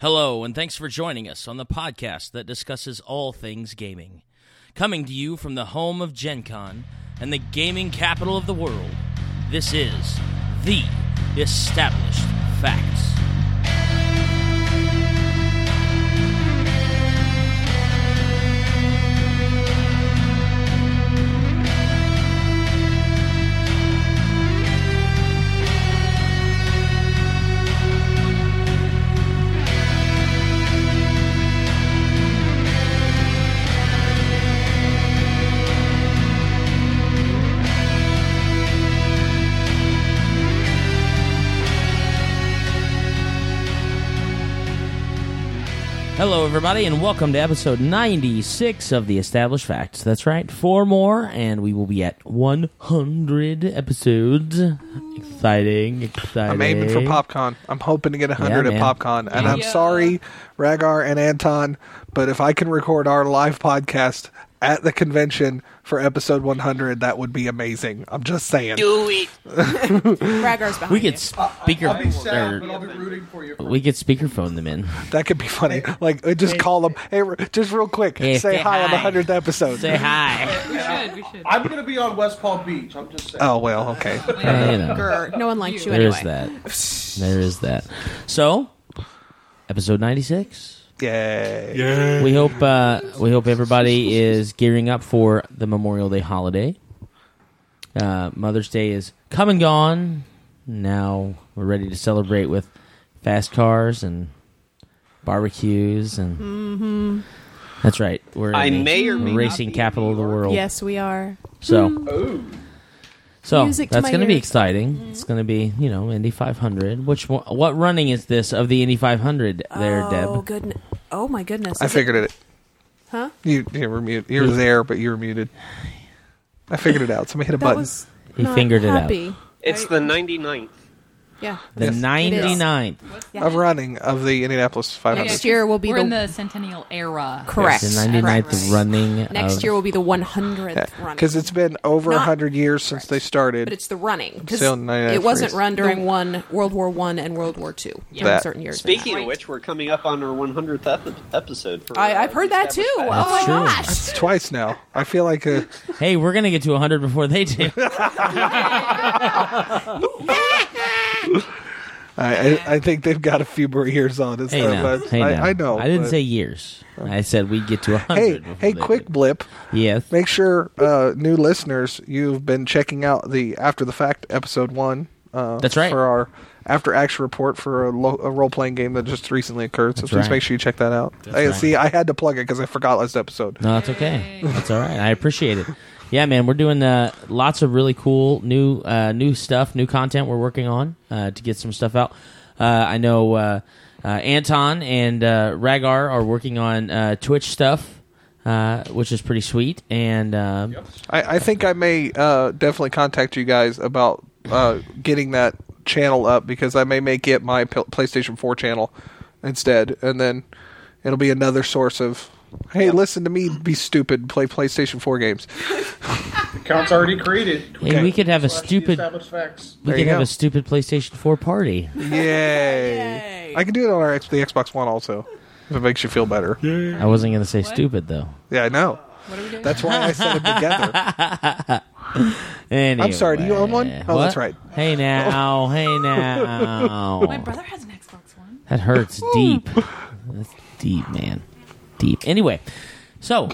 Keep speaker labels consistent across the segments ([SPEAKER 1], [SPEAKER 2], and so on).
[SPEAKER 1] Hello, and thanks for joining us on the podcast that discusses all things gaming. Coming to you from the home of Gen Con and the gaming capital of the world, this is The Established Facts. Hello, everybody, and welcome to episode 96 of The Established Facts. That's right, four more, and we will be at 100 episodes. Exciting, exciting.
[SPEAKER 2] I'm aiming for PopCon. I'm hoping to get 100
[SPEAKER 1] Yeah,
[SPEAKER 2] at
[SPEAKER 1] man.
[SPEAKER 2] PopCon. And I'm
[SPEAKER 3] Yeah.
[SPEAKER 2] sorry, Ragar and Anton, but if I can record our live podcast at the convention for episode 100, that would be amazing. I'm just saying.
[SPEAKER 3] Ragar's behind.
[SPEAKER 1] We could
[SPEAKER 3] you.
[SPEAKER 2] Uh,
[SPEAKER 1] speaker. or,
[SPEAKER 2] rooting for you.
[SPEAKER 1] we could speakerphone them in.
[SPEAKER 2] That could be funny. Like, uh, just call them. Hey, r- just real quick,
[SPEAKER 1] Hey,
[SPEAKER 2] say
[SPEAKER 1] say
[SPEAKER 2] hi,
[SPEAKER 1] hi.
[SPEAKER 2] on the 100th episode.
[SPEAKER 1] Say hi.
[SPEAKER 4] I'm gonna be on West Palm Beach. I'm just saying.
[SPEAKER 2] oh, well, okay.
[SPEAKER 1] Hey, you know.
[SPEAKER 3] Grr, no one likes you
[SPEAKER 1] There is
[SPEAKER 3] anyway.
[SPEAKER 1] that. There is that. So, episode 96.
[SPEAKER 2] Yay.
[SPEAKER 1] We hope uh, we hope everybody is gearing up for the Memorial Day holiday. Uh, Mother's Day is come and gone. Now we're ready to celebrate with fast cars and barbecues and. That's right. We're
[SPEAKER 5] Mm-hmm. I
[SPEAKER 1] in the
[SPEAKER 5] may or may not
[SPEAKER 1] racing
[SPEAKER 5] be in
[SPEAKER 1] capital of the world.
[SPEAKER 3] Yes, we are.
[SPEAKER 1] So, Oh. so
[SPEAKER 3] Hmm. Music to
[SPEAKER 1] that's
[SPEAKER 3] my Mm-hmm.
[SPEAKER 1] going to be
[SPEAKER 3] ears.
[SPEAKER 1] exciting. It's going to be you know Indy 500. Which one, what running is this of the Indy 500? There,
[SPEAKER 3] Oh
[SPEAKER 1] Deb.
[SPEAKER 3] goodness! Oh my goodness!
[SPEAKER 2] I
[SPEAKER 3] Is it-
[SPEAKER 2] figured it.
[SPEAKER 3] Huh?
[SPEAKER 2] You, you were mute. You were there, but you were muted. I figured it out. Somebody hit a
[SPEAKER 3] that
[SPEAKER 2] button.
[SPEAKER 3] was.
[SPEAKER 1] He
[SPEAKER 3] not
[SPEAKER 1] fingered it out.
[SPEAKER 3] happy. it
[SPEAKER 5] It's the 99th.
[SPEAKER 3] Yeah.
[SPEAKER 1] The
[SPEAKER 2] Yes.
[SPEAKER 1] 99th.
[SPEAKER 2] of running of the Indianapolis 500.
[SPEAKER 3] Next year will be
[SPEAKER 6] We're
[SPEAKER 3] the
[SPEAKER 6] in the centennial era.
[SPEAKER 3] correct.
[SPEAKER 1] The 99th
[SPEAKER 3] Correct.
[SPEAKER 1] running. uh,
[SPEAKER 3] Next
[SPEAKER 1] of,
[SPEAKER 3] year will be the 100th run
[SPEAKER 2] because it's been over a
[SPEAKER 3] Not-
[SPEAKER 2] 100 years since they started
[SPEAKER 3] but it's the running because
[SPEAKER 2] Still 99th
[SPEAKER 3] it wasn't
[SPEAKER 2] race.
[SPEAKER 3] run during one World War One and World War Two during
[SPEAKER 2] That-
[SPEAKER 3] certain years.
[SPEAKER 5] Speaking of which, we're coming up on our 100th ep- episode. For,
[SPEAKER 3] I,
[SPEAKER 5] uh,
[SPEAKER 3] I've heard that too. Oh
[SPEAKER 5] Established Facts.
[SPEAKER 3] my
[SPEAKER 1] true.
[SPEAKER 3] gosh!
[SPEAKER 2] twice now i feel like a,
[SPEAKER 1] Hey, we're gonna get to 100 before they do.
[SPEAKER 2] I, I, I think they've got a few more years on us
[SPEAKER 1] Hey,
[SPEAKER 2] though,
[SPEAKER 1] now.
[SPEAKER 2] but
[SPEAKER 1] Hey,
[SPEAKER 2] I,
[SPEAKER 1] now.
[SPEAKER 2] I know
[SPEAKER 1] I didn't
[SPEAKER 2] but-
[SPEAKER 1] say years. I said we'd get to 100.
[SPEAKER 2] hey
[SPEAKER 1] before they
[SPEAKER 2] hey quick
[SPEAKER 1] do.
[SPEAKER 2] blip
[SPEAKER 1] Yes.
[SPEAKER 2] make sure uh, new listeners you've been checking out the after the fact episode one uh,
[SPEAKER 1] That's right.
[SPEAKER 2] for our after action report for a, lo- a role playing game that just recently occurred so
[SPEAKER 1] That's
[SPEAKER 2] please
[SPEAKER 1] right.
[SPEAKER 2] make sure you check that out hey,
[SPEAKER 1] right.
[SPEAKER 2] see i had to plug it because i forgot last episode
[SPEAKER 1] No, that's okay. That's all right. I appreciate it. Yeah, man, we're doing uh, lots of really cool new uh, new stuff, new content we're working on uh, to get some stuff out. Uh, I know uh, uh, Anton and uh, Ragar are working on uh, Twitch stuff, uh, which is pretty sweet. And uh,
[SPEAKER 2] I, I think I may uh, definitely contact you guys about uh, getting that channel up because I may make it my P- PlayStation 4 channel instead, and then it'll be another source of. Hey, listen to me be stupid, play PlayStation 4 games.
[SPEAKER 4] Account's already created.
[SPEAKER 1] hey, we could have a stupid
[SPEAKER 4] Established facts.
[SPEAKER 1] we
[SPEAKER 2] There
[SPEAKER 1] could
[SPEAKER 2] you
[SPEAKER 1] have
[SPEAKER 2] go.
[SPEAKER 1] a stupid PlayStation 4 party.
[SPEAKER 2] Yay. I can do it on our, X- the Xbox One also, if it makes you feel better. Yeah,
[SPEAKER 1] I wasn't gonna say stupid though.
[SPEAKER 2] I know. That's why I said it together.
[SPEAKER 1] Anyway.
[SPEAKER 2] sorry, do you own one? Oh,
[SPEAKER 1] What?
[SPEAKER 2] that's right.
[SPEAKER 1] Hey now, hey
[SPEAKER 6] My
[SPEAKER 1] now.
[SPEAKER 6] brother has an Xbox One.
[SPEAKER 1] That hurts deep. That's deep, man. Deep. Anyway, so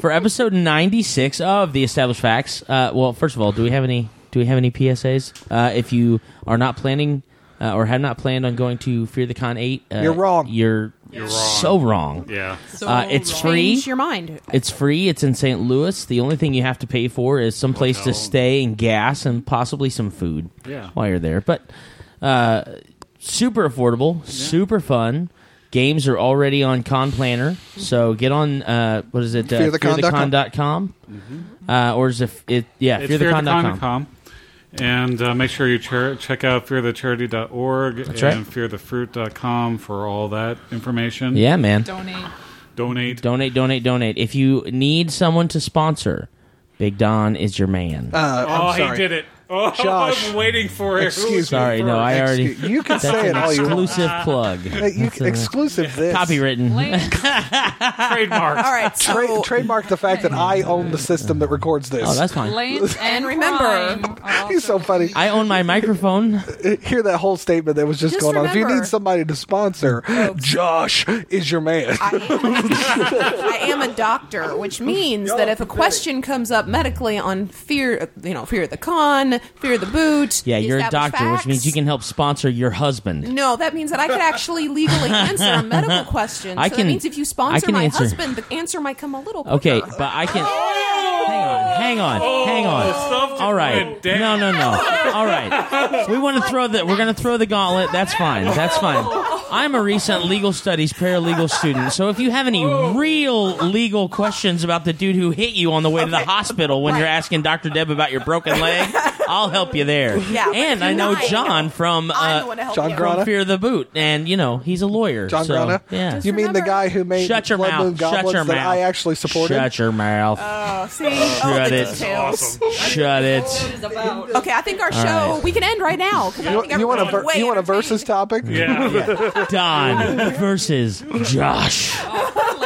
[SPEAKER 1] for episode ninety six of the Established Facts, uh, well, first of all, do we have any? Do we have any PSAs? Uh, if you are not planning uh, or have not planned on going to Fear the Con eight, uh,
[SPEAKER 2] You're wrong.
[SPEAKER 1] You're, so wrong.
[SPEAKER 7] Yeah.
[SPEAKER 1] Uh, it's free.
[SPEAKER 3] Change your mind.
[SPEAKER 1] It's free. It's in St. Louis. The only thing you have to pay for is some place to
[SPEAKER 7] Hotel.
[SPEAKER 1] stay and gas and possibly some food
[SPEAKER 7] Yeah.
[SPEAKER 1] while you're there. But uh, super affordable, super fun. Games are already on Con Planner, so get on. Uh, what is it? Uh,
[SPEAKER 2] FearTheCon.com.
[SPEAKER 1] FearTheCon.com. Uh, or is it? it yeah,
[SPEAKER 7] Mm-hmm. It's Fear the
[SPEAKER 1] FearTheCon.com.
[SPEAKER 7] And uh, make sure you char- check out fearthecharity.org and
[SPEAKER 1] right.
[SPEAKER 7] fearthefruit.com for all that information.
[SPEAKER 1] Yeah, man.
[SPEAKER 6] Donate.
[SPEAKER 7] Donate.
[SPEAKER 1] Donate, donate, donate. If you need someone to sponsor, Big Don is your man.
[SPEAKER 2] Uh,
[SPEAKER 7] oh,
[SPEAKER 2] I'm sorry.
[SPEAKER 7] he did it. Oh,
[SPEAKER 2] Josh.
[SPEAKER 7] I'm waiting for it.
[SPEAKER 2] Excuse me.
[SPEAKER 1] Sorry, no, I already.
[SPEAKER 2] Excuse- you can
[SPEAKER 1] That's
[SPEAKER 2] say
[SPEAKER 1] an
[SPEAKER 2] it all you want.
[SPEAKER 1] exclusive
[SPEAKER 7] Uh,
[SPEAKER 1] plug.
[SPEAKER 2] Hey, You
[SPEAKER 1] That's
[SPEAKER 2] can,
[SPEAKER 1] a-
[SPEAKER 2] exclusive this.
[SPEAKER 1] Copywritten.
[SPEAKER 6] Blame
[SPEAKER 3] All
[SPEAKER 7] trademark.
[SPEAKER 3] right. So,
[SPEAKER 2] Tra- trademark the fact that I own the system that records this.
[SPEAKER 1] Oh, that's fine.
[SPEAKER 6] Lance and
[SPEAKER 3] remember-
[SPEAKER 6] Prime are also
[SPEAKER 2] He's so funny.
[SPEAKER 1] I own my microphone.
[SPEAKER 2] Hear that whole statement that was just,
[SPEAKER 3] Just
[SPEAKER 2] going on. If you
[SPEAKER 3] remember- Oh.
[SPEAKER 2] need somebody to sponsor, Josh is your man.
[SPEAKER 3] I am, I am a doctor, which means that if a question comes up medically on fear, you know, fear of the con, fear of the boot.
[SPEAKER 1] Yeah,
[SPEAKER 3] the
[SPEAKER 1] you're a
[SPEAKER 3] established
[SPEAKER 1] doctor, which means you
[SPEAKER 3] facts,
[SPEAKER 1] can help sponsor your husband.
[SPEAKER 3] No, that means that I could actually legally answer a medical question.
[SPEAKER 1] I
[SPEAKER 3] so
[SPEAKER 1] can-
[SPEAKER 3] that means if you
[SPEAKER 1] I
[SPEAKER 3] sponsor
[SPEAKER 1] can
[SPEAKER 3] my
[SPEAKER 1] answer.
[SPEAKER 3] husband, but answer my come a little.
[SPEAKER 1] Okay,
[SPEAKER 3] quicker.
[SPEAKER 1] but I can. Hang on, hang on, hang on.
[SPEAKER 7] self-defense
[SPEAKER 1] All right,
[SPEAKER 7] damn.
[SPEAKER 1] no, no, no. All right, we want to throw the. We're going to throw the gauntlet. That's fine. That's fine. I'm a recent legal studies paralegal student, so if you have any real legal questions about the dude who hit you on the way to the hospital when you're asking Dr. Deb about your broken leg, I'll help you there.
[SPEAKER 3] Yeah, but
[SPEAKER 1] and I know
[SPEAKER 3] tonight,
[SPEAKER 1] John from
[SPEAKER 3] I'm the one
[SPEAKER 1] uh,
[SPEAKER 3] to help
[SPEAKER 2] John
[SPEAKER 3] you.
[SPEAKER 2] Grana?
[SPEAKER 1] from Fear the Boot, and you know he's a lawyer.
[SPEAKER 2] John
[SPEAKER 1] so,
[SPEAKER 2] Grana?
[SPEAKER 1] Yeah.
[SPEAKER 2] You mean the
[SPEAKER 3] remember-
[SPEAKER 2] guy who made
[SPEAKER 1] Shut your
[SPEAKER 2] Blood Moon
[SPEAKER 1] mouth.
[SPEAKER 2] Goblins
[SPEAKER 1] Shut your
[SPEAKER 2] that
[SPEAKER 1] mouth.
[SPEAKER 2] I actually supported?
[SPEAKER 1] Shut your mouth.
[SPEAKER 3] Oh, see, oh,
[SPEAKER 1] Shut
[SPEAKER 3] the
[SPEAKER 1] it.
[SPEAKER 3] details.
[SPEAKER 1] Shut it.
[SPEAKER 6] is about.
[SPEAKER 3] Okay, I think our show
[SPEAKER 1] right.
[SPEAKER 3] we can end right now. 'cause I
[SPEAKER 2] you,
[SPEAKER 3] think
[SPEAKER 2] you want a
[SPEAKER 3] everyone's
[SPEAKER 2] ver-
[SPEAKER 3] way
[SPEAKER 2] you want a
[SPEAKER 3] entertained.
[SPEAKER 2] versus topic?
[SPEAKER 7] Yeah.
[SPEAKER 1] Don versus Josh.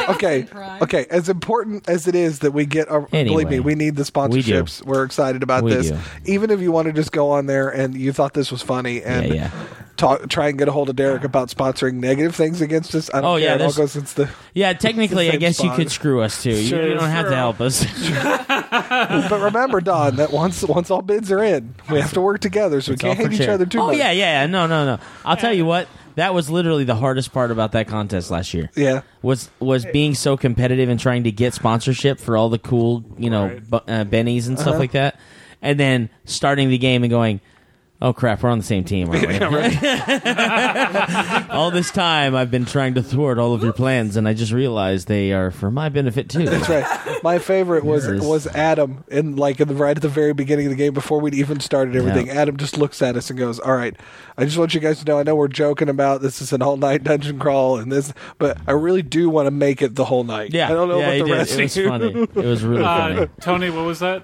[SPEAKER 2] Okay. Okay. As important as it is that we get our believe
[SPEAKER 1] Anyway,
[SPEAKER 2] me, we need the
[SPEAKER 1] we do.
[SPEAKER 2] sponsorships. We are excited about
[SPEAKER 1] We
[SPEAKER 2] this.
[SPEAKER 1] do.
[SPEAKER 2] Even if you want to just go on there and you thought this was funny and
[SPEAKER 1] Yeah, yeah.
[SPEAKER 2] Talk, try and get a hold of Derek about sponsoring negative things against us. I don't
[SPEAKER 1] Ah. Oh,
[SPEAKER 2] care.
[SPEAKER 1] yeah,
[SPEAKER 2] it all
[SPEAKER 1] there's-
[SPEAKER 2] goes against the.
[SPEAKER 1] Yeah, technically, I
[SPEAKER 2] Same
[SPEAKER 1] guess you
[SPEAKER 2] spot.
[SPEAKER 1] could screw us too. You- you,
[SPEAKER 7] Sure,
[SPEAKER 1] don't have to
[SPEAKER 7] sure.
[SPEAKER 1] help us.
[SPEAKER 2] But remember, Don, that once once all bids are in, we have to work together, so we
[SPEAKER 1] All
[SPEAKER 2] can't
[SPEAKER 1] for
[SPEAKER 2] hate each
[SPEAKER 1] charity.
[SPEAKER 2] other too
[SPEAKER 1] oh
[SPEAKER 2] much.
[SPEAKER 1] yeah, yeah. No, no, no. I'll tell you what. That was literally the hardest part about that contest last year.
[SPEAKER 2] Yeah.
[SPEAKER 1] Was was being so competitive and trying to get sponsorship for all the cool, you know, bu- uh, bennies and stuff like that, and then starting the game and going, "Oh crap, we're on the same team." Aren't we? all this time, I've been trying to thwart all of your plans, and I just realized they are for my benefit too.
[SPEAKER 2] That's right. My favorite was
[SPEAKER 1] Yes.
[SPEAKER 2] was Adam, in like in the, right at the very beginning of the game, before we'd even started everything.
[SPEAKER 1] Yeah.
[SPEAKER 2] Adam just looks at us and goes, "All right, I just want you guys to know. I know we're joking about this is an all night dungeon crawl and this, but I really do want to make it the whole night.
[SPEAKER 1] Yeah,
[SPEAKER 2] I don't know
[SPEAKER 1] yeah,
[SPEAKER 2] about
[SPEAKER 1] he
[SPEAKER 2] the
[SPEAKER 1] did.
[SPEAKER 2] rest
[SPEAKER 1] It was
[SPEAKER 2] of you.
[SPEAKER 1] funny. It was really
[SPEAKER 7] Uh,
[SPEAKER 1] funny.
[SPEAKER 7] Tony, what was that?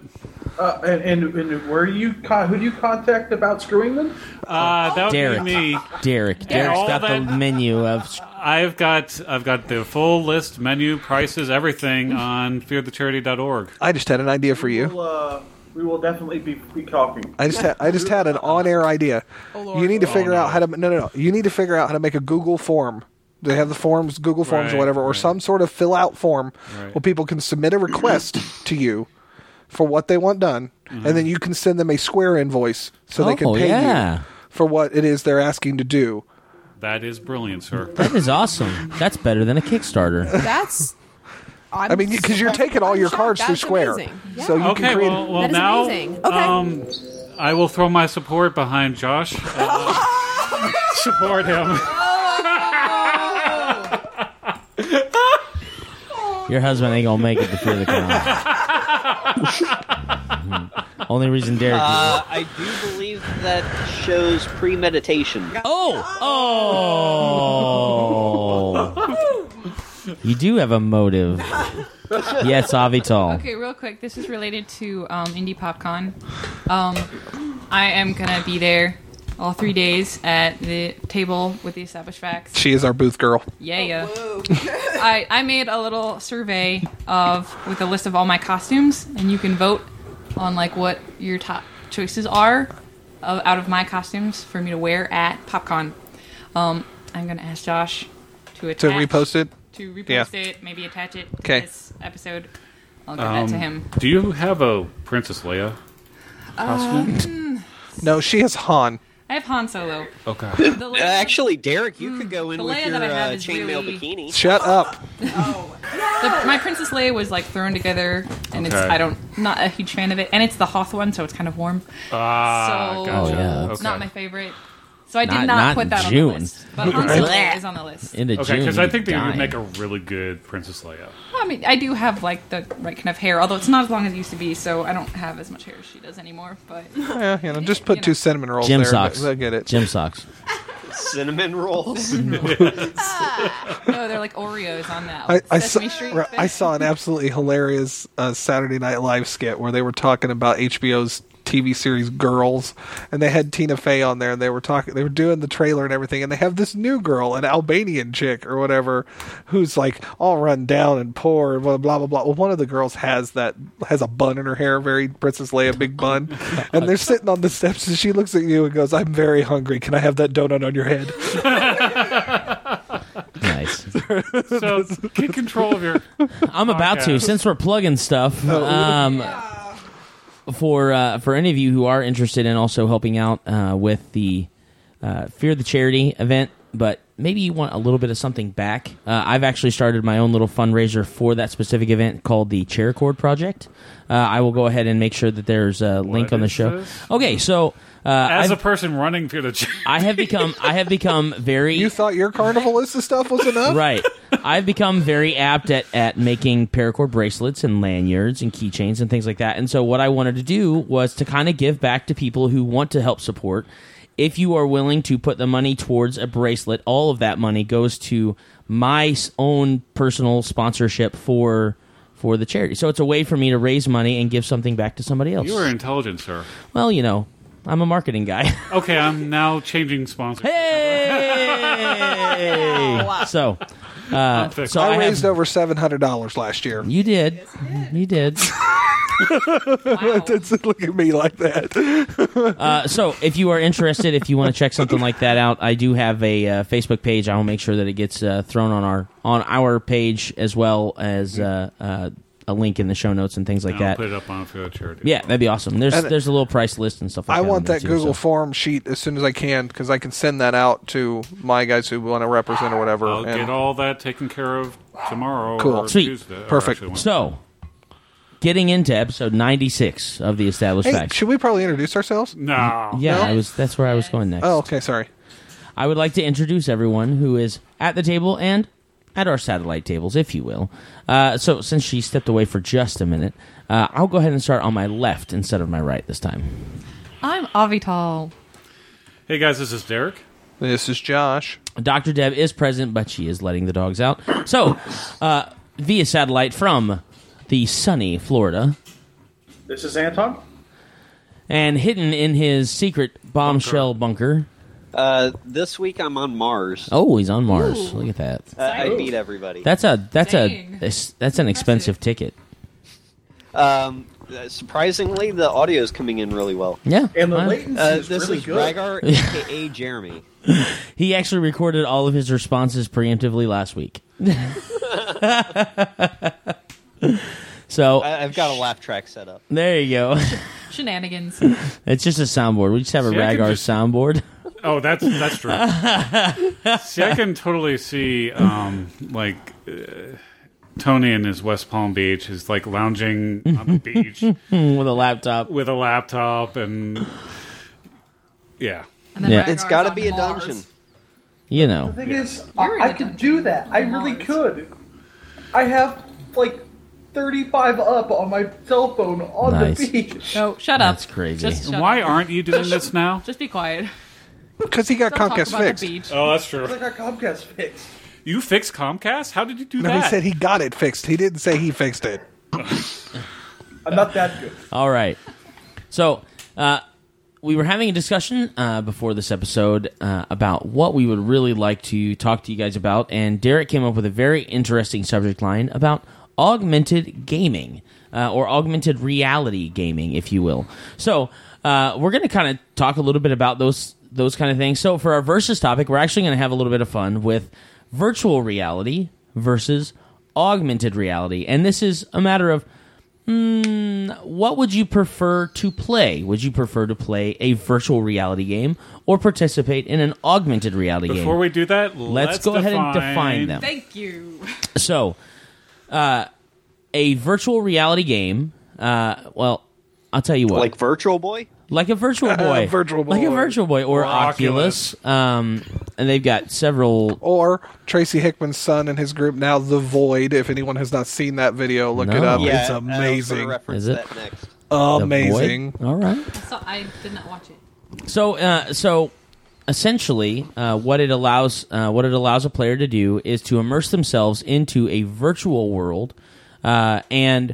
[SPEAKER 4] Uh, and, and, and where you con- who do you contact about screwing them?
[SPEAKER 2] Oh.
[SPEAKER 7] Uh, that would
[SPEAKER 1] Derek.
[SPEAKER 7] be me.
[SPEAKER 1] Derek, Derek's
[SPEAKER 7] all
[SPEAKER 1] got the
[SPEAKER 7] that-
[SPEAKER 1] menu of
[SPEAKER 7] I've got I've got the full list, menu, prices, everything on fearthecharity.org.
[SPEAKER 2] I just had an idea for you.
[SPEAKER 4] We'll, uh, we will definitely be, be talking.
[SPEAKER 2] I just had I just had an on air idea. you need to figure out how to no no no. You need to figure out how to make a Google form. They have the forms, Google Forms or
[SPEAKER 7] Right,
[SPEAKER 2] whatever, or
[SPEAKER 7] right.
[SPEAKER 2] some sort of fill out form
[SPEAKER 7] Right.
[SPEAKER 2] where people can submit a request to you for what they want done, and then you can send them a square invoice so they
[SPEAKER 1] Oh,
[SPEAKER 2] can pay
[SPEAKER 1] yeah.
[SPEAKER 2] you for what it is they're asking to do.
[SPEAKER 7] That is brilliant, sir.
[SPEAKER 1] That is awesome. That's better than a Kickstarter.
[SPEAKER 3] That's. I'm
[SPEAKER 2] I mean, because you're taking all
[SPEAKER 3] I'm
[SPEAKER 2] your
[SPEAKER 3] shocked.
[SPEAKER 2] cards through
[SPEAKER 3] That's
[SPEAKER 2] Square,
[SPEAKER 3] amazing. Yeah.
[SPEAKER 2] so you
[SPEAKER 7] Okay,
[SPEAKER 2] can create.
[SPEAKER 7] well, well
[SPEAKER 3] That is
[SPEAKER 7] now
[SPEAKER 3] amazing. Okay.
[SPEAKER 7] um, I will throw my support behind Josh. Uh, support him.
[SPEAKER 1] Your husband ain't gonna make it before the con. Mm-hmm. Only reason Derek.
[SPEAKER 5] Uh, I do believe that shows premeditation.
[SPEAKER 1] oh, oh! you do have a motive. Yes, Avital.
[SPEAKER 6] Okay, real quick. This is related to um, Indie PopCon. Um, I am gonna be there all three days at the table with the established facts.
[SPEAKER 2] She is our booth girl.
[SPEAKER 6] Yeah, yeah. Oh, I, I made a little survey of with a list of all my costumes, and you can vote on like what your top choices are of, out of my costumes for me to wear at PopCon. Um, I'm gonna ask Josh to attach,
[SPEAKER 2] To repost it,
[SPEAKER 6] to
[SPEAKER 2] Yeah.
[SPEAKER 6] repost it, maybe attach it. to
[SPEAKER 2] 'Kay.
[SPEAKER 6] This episode, I'll give that to him.
[SPEAKER 7] Do you have a Princess Leia costume?
[SPEAKER 1] Um,
[SPEAKER 2] no, she is Han.
[SPEAKER 6] I have Han Solo.
[SPEAKER 7] okay.
[SPEAKER 6] The
[SPEAKER 5] Uh,
[SPEAKER 6] list-
[SPEAKER 5] Actually, Derek, you could go in
[SPEAKER 6] the
[SPEAKER 5] with
[SPEAKER 6] layer
[SPEAKER 5] your
[SPEAKER 6] that I have
[SPEAKER 5] uh,
[SPEAKER 6] is
[SPEAKER 5] chainmail
[SPEAKER 6] really-
[SPEAKER 5] bikini.
[SPEAKER 2] Shut up.
[SPEAKER 6] The, my Princess Leia was like thrown together, and it's
[SPEAKER 7] Okay.
[SPEAKER 6] I don't not a huge fan of it, and it's the Hoth one, so it's kind of warm.
[SPEAKER 7] Ah,
[SPEAKER 6] So-
[SPEAKER 7] gotcha.
[SPEAKER 1] Oh, yeah.
[SPEAKER 6] It's
[SPEAKER 7] Okay.
[SPEAKER 6] not my favorite, so I did
[SPEAKER 1] Not-
[SPEAKER 6] not,
[SPEAKER 1] not in
[SPEAKER 6] put that
[SPEAKER 1] June.
[SPEAKER 6] on the list. But Han Solo is on the list.
[SPEAKER 1] Into
[SPEAKER 7] Okay,
[SPEAKER 1] June.
[SPEAKER 7] because I think that you
[SPEAKER 1] dying.
[SPEAKER 7] would make a really good Princess Leia.
[SPEAKER 6] I mean, I do have like the right kind of hair, although it's not as long as it used to be, so I don't have as much hair as she does anymore. But
[SPEAKER 2] Yeah, you know, just put
[SPEAKER 6] You know.
[SPEAKER 2] two cinnamon rolls
[SPEAKER 1] Gym
[SPEAKER 2] there.
[SPEAKER 1] socks.
[SPEAKER 2] They'll get it.
[SPEAKER 1] Gym socks.
[SPEAKER 5] Cinnamon rolls.
[SPEAKER 6] no, oh, they're like Oreos on that.
[SPEAKER 2] I, I, saw,
[SPEAKER 6] Sesame Street
[SPEAKER 2] right, I
[SPEAKER 6] thing.
[SPEAKER 2] saw an absolutely hilarious uh, Saturday Night Live skit where they were talking about HBO's TV series Girls, and they had Tina Fey on there, and they were talking, they were doing the trailer and everything, and they have this new girl, an Albanian chick or whatever, who's like all run down and poor and blah blah blah. blah. Well, one of the girls has that has a bun in her hair, very Princess Leia big bun, and they're sitting on the steps, and she looks at you and goes, "I'm very hungry. Can I have that donut on your head?"
[SPEAKER 1] Nice.
[SPEAKER 7] So get control of your.
[SPEAKER 1] Uh, I'm about to
[SPEAKER 7] Podcast.
[SPEAKER 1] since we're plugging stuff. Um, for uh, for any of you who are interested in also helping out uh, with the uh, Fear the Charity event, but maybe you want a little bit of something back. Uh, I've actually started my own little fundraiser for that specific event called the Chair Chord Project. Uh, I will go ahead and make sure that there's a link on the
[SPEAKER 7] is
[SPEAKER 1] show.
[SPEAKER 7] this?
[SPEAKER 1] Okay, so uh,
[SPEAKER 7] As
[SPEAKER 1] I've,
[SPEAKER 7] a person running through the church,
[SPEAKER 1] I have become I have become very
[SPEAKER 2] You thought your carnivalista stuff was enough?
[SPEAKER 1] right. I've become very apt at, at making paracord bracelets and lanyards and keychains and things like that. And so, what I wanted to do was to kind of give back to people who want to help support. If you are willing to put the money towards a bracelet, all of that money goes to my s- own personal sponsorship for for the charity. So it's a way for me to raise money and give something back to somebody else.
[SPEAKER 7] you are intelligent, sir.
[SPEAKER 1] well, you know, I'm a marketing guy.
[SPEAKER 7] Okay, I'm now changing sponsor.
[SPEAKER 1] hey! So, uh,
[SPEAKER 7] fixed.
[SPEAKER 1] so
[SPEAKER 2] I,
[SPEAKER 1] I, have-
[SPEAKER 2] raised over seven hundred dollars last year.
[SPEAKER 1] You did. You did.
[SPEAKER 6] Wow.
[SPEAKER 2] Look at me like that.
[SPEAKER 1] Uh, so, if you are interested, if you want to check something like that out, I do have a uh, Facebook page. I will make sure that it gets uh, thrown on our on our page as well as uh, uh, a link in the show notes and things like
[SPEAKER 7] I'll
[SPEAKER 1] that.
[SPEAKER 7] put it up on for the charity.
[SPEAKER 1] Yeah, that'd be awesome. There's
[SPEAKER 2] And-
[SPEAKER 1] there's a little price list and stuff. like
[SPEAKER 2] I
[SPEAKER 1] that on
[SPEAKER 2] want
[SPEAKER 1] there
[SPEAKER 2] that
[SPEAKER 1] too, so.
[SPEAKER 2] Google form sheet as soon as I can because I can send that out to my guys who want to represent or whatever.
[SPEAKER 7] I'll
[SPEAKER 2] and-
[SPEAKER 7] get all that taken care of tomorrow.
[SPEAKER 2] Cool.
[SPEAKER 7] Or
[SPEAKER 1] Sweet.
[SPEAKER 7] Tuesday, or
[SPEAKER 2] Perfect.
[SPEAKER 7] actually Wednesday.
[SPEAKER 1] So, getting into episode 96 of the Established
[SPEAKER 2] hey,
[SPEAKER 1] Facts.
[SPEAKER 2] should we probably introduce ourselves?
[SPEAKER 7] no.
[SPEAKER 1] yeah,
[SPEAKER 2] No?
[SPEAKER 1] I was. That's where I was going next.
[SPEAKER 2] Oh, okay, sorry.
[SPEAKER 1] I would like to introduce everyone who is at the table and at our satellite tables, if you will. Uh, so, since she stepped away for just a minute, uh, I'll go ahead and start on my left instead of my right this time.
[SPEAKER 6] I'm Avital.
[SPEAKER 7] Hey guys, this is Derek.
[SPEAKER 2] This is Josh.
[SPEAKER 1] Dr. Deb is present, but she is letting the dogs out. So, uh, via satellite from the sunny Florida
[SPEAKER 4] This is Anton.
[SPEAKER 1] and hidden in his secret bombshell bunker.
[SPEAKER 5] Uh, this week I'm on Mars.
[SPEAKER 1] Oh, he's on Mars. Look at that.
[SPEAKER 5] Uh, I beat everybody.
[SPEAKER 1] That's a that's
[SPEAKER 6] Dang.
[SPEAKER 1] a that's an expensive ticket.
[SPEAKER 5] Um, uh, surprisingly, the audio is coming in really well.
[SPEAKER 1] Yeah.
[SPEAKER 4] And the
[SPEAKER 1] Wow.
[SPEAKER 4] latency
[SPEAKER 5] Uh,
[SPEAKER 4] is
[SPEAKER 5] this
[SPEAKER 4] really
[SPEAKER 5] is
[SPEAKER 4] good.
[SPEAKER 5] Ragar, aka Jeremy.
[SPEAKER 1] He actually recorded all of his responses preemptively last week. so
[SPEAKER 5] I, I've got a laugh track set up.
[SPEAKER 1] there you go.
[SPEAKER 6] Shenanigans.
[SPEAKER 1] It's just a soundboard. We just have a
[SPEAKER 7] See, I can
[SPEAKER 1] Ragar
[SPEAKER 7] just-
[SPEAKER 1] soundboard.
[SPEAKER 7] Oh, that's that's true. see, I can totally see um, like uh, Tony in his West Palm Beach is like lounging on the beach
[SPEAKER 1] with a laptop.
[SPEAKER 7] with a laptop and yeah.
[SPEAKER 6] And then
[SPEAKER 1] Yeah.
[SPEAKER 6] Ragar's
[SPEAKER 5] It's got to
[SPEAKER 6] on
[SPEAKER 5] be a
[SPEAKER 6] Mars.
[SPEAKER 5] dungeon.
[SPEAKER 1] You know.
[SPEAKER 4] The thing is,
[SPEAKER 6] You're
[SPEAKER 4] I, I
[SPEAKER 6] in a
[SPEAKER 4] could do that. I really
[SPEAKER 6] Mars.
[SPEAKER 4] could. I have like 35 up on my cell phone on
[SPEAKER 1] Nice.
[SPEAKER 4] the beach.
[SPEAKER 6] No, shut up.
[SPEAKER 1] That's crazy.
[SPEAKER 6] Just shut
[SPEAKER 7] Why
[SPEAKER 6] up.
[SPEAKER 7] aren't you doing this now?
[SPEAKER 6] Just be quiet.
[SPEAKER 2] Because he got
[SPEAKER 6] Don't talk
[SPEAKER 2] Comcast
[SPEAKER 6] about
[SPEAKER 2] fixed.
[SPEAKER 6] the beach.
[SPEAKER 7] Oh, that's true.
[SPEAKER 4] Like our Comcast fixed.
[SPEAKER 7] You fixed Comcast? How did you do
[SPEAKER 2] No,
[SPEAKER 7] that?
[SPEAKER 2] he said he got it fixed. He didn't say he fixed it.
[SPEAKER 4] I'm not that good.
[SPEAKER 1] All right. So, uh, we were having a discussion uh, before this episode uh, about what we would really like to talk to you guys about, and Derek came up with a very interesting subject line about augmented gaming uh, or augmented reality gaming, if you will. So, uh, we're going to kind of talk a little bit about those those kind of things. So, for our versus topic, we're actually going to have a little bit of fun with virtual reality versus augmented reality, and this is a matter of what would you prefer to play? Would you prefer to play a virtual reality game or participate in an augmented reality
[SPEAKER 7] Before
[SPEAKER 1] game?
[SPEAKER 7] we do that,
[SPEAKER 1] Let's,
[SPEAKER 7] let's,
[SPEAKER 1] go ahead and define them.
[SPEAKER 6] Thank you.
[SPEAKER 1] So, uh, a virtual reality game. Uh, well, I'll tell you what,
[SPEAKER 5] Like Virtual Boy?
[SPEAKER 1] like a virtual boy,
[SPEAKER 2] Virtual
[SPEAKER 1] like a
[SPEAKER 2] Boy.
[SPEAKER 1] virtual boy or,
[SPEAKER 7] Or
[SPEAKER 1] Oculus. Um, and they've got several.
[SPEAKER 2] Or Tracy Hickman's son and his group now The Void. If anyone has not seen that video, look it
[SPEAKER 1] No.
[SPEAKER 2] up.
[SPEAKER 1] Yeah,
[SPEAKER 2] Oh, it's
[SPEAKER 5] I- I was uh, gonna
[SPEAKER 2] amazing.
[SPEAKER 5] reference
[SPEAKER 1] Is it?
[SPEAKER 5] that next.
[SPEAKER 1] the
[SPEAKER 2] Amazing.
[SPEAKER 1] Void. All right.
[SPEAKER 6] So I did not watch it.
[SPEAKER 1] So, uh, so essentially, uh, what it allows uh, what it allows a player to do is to immerse themselves into a virtual world uh, and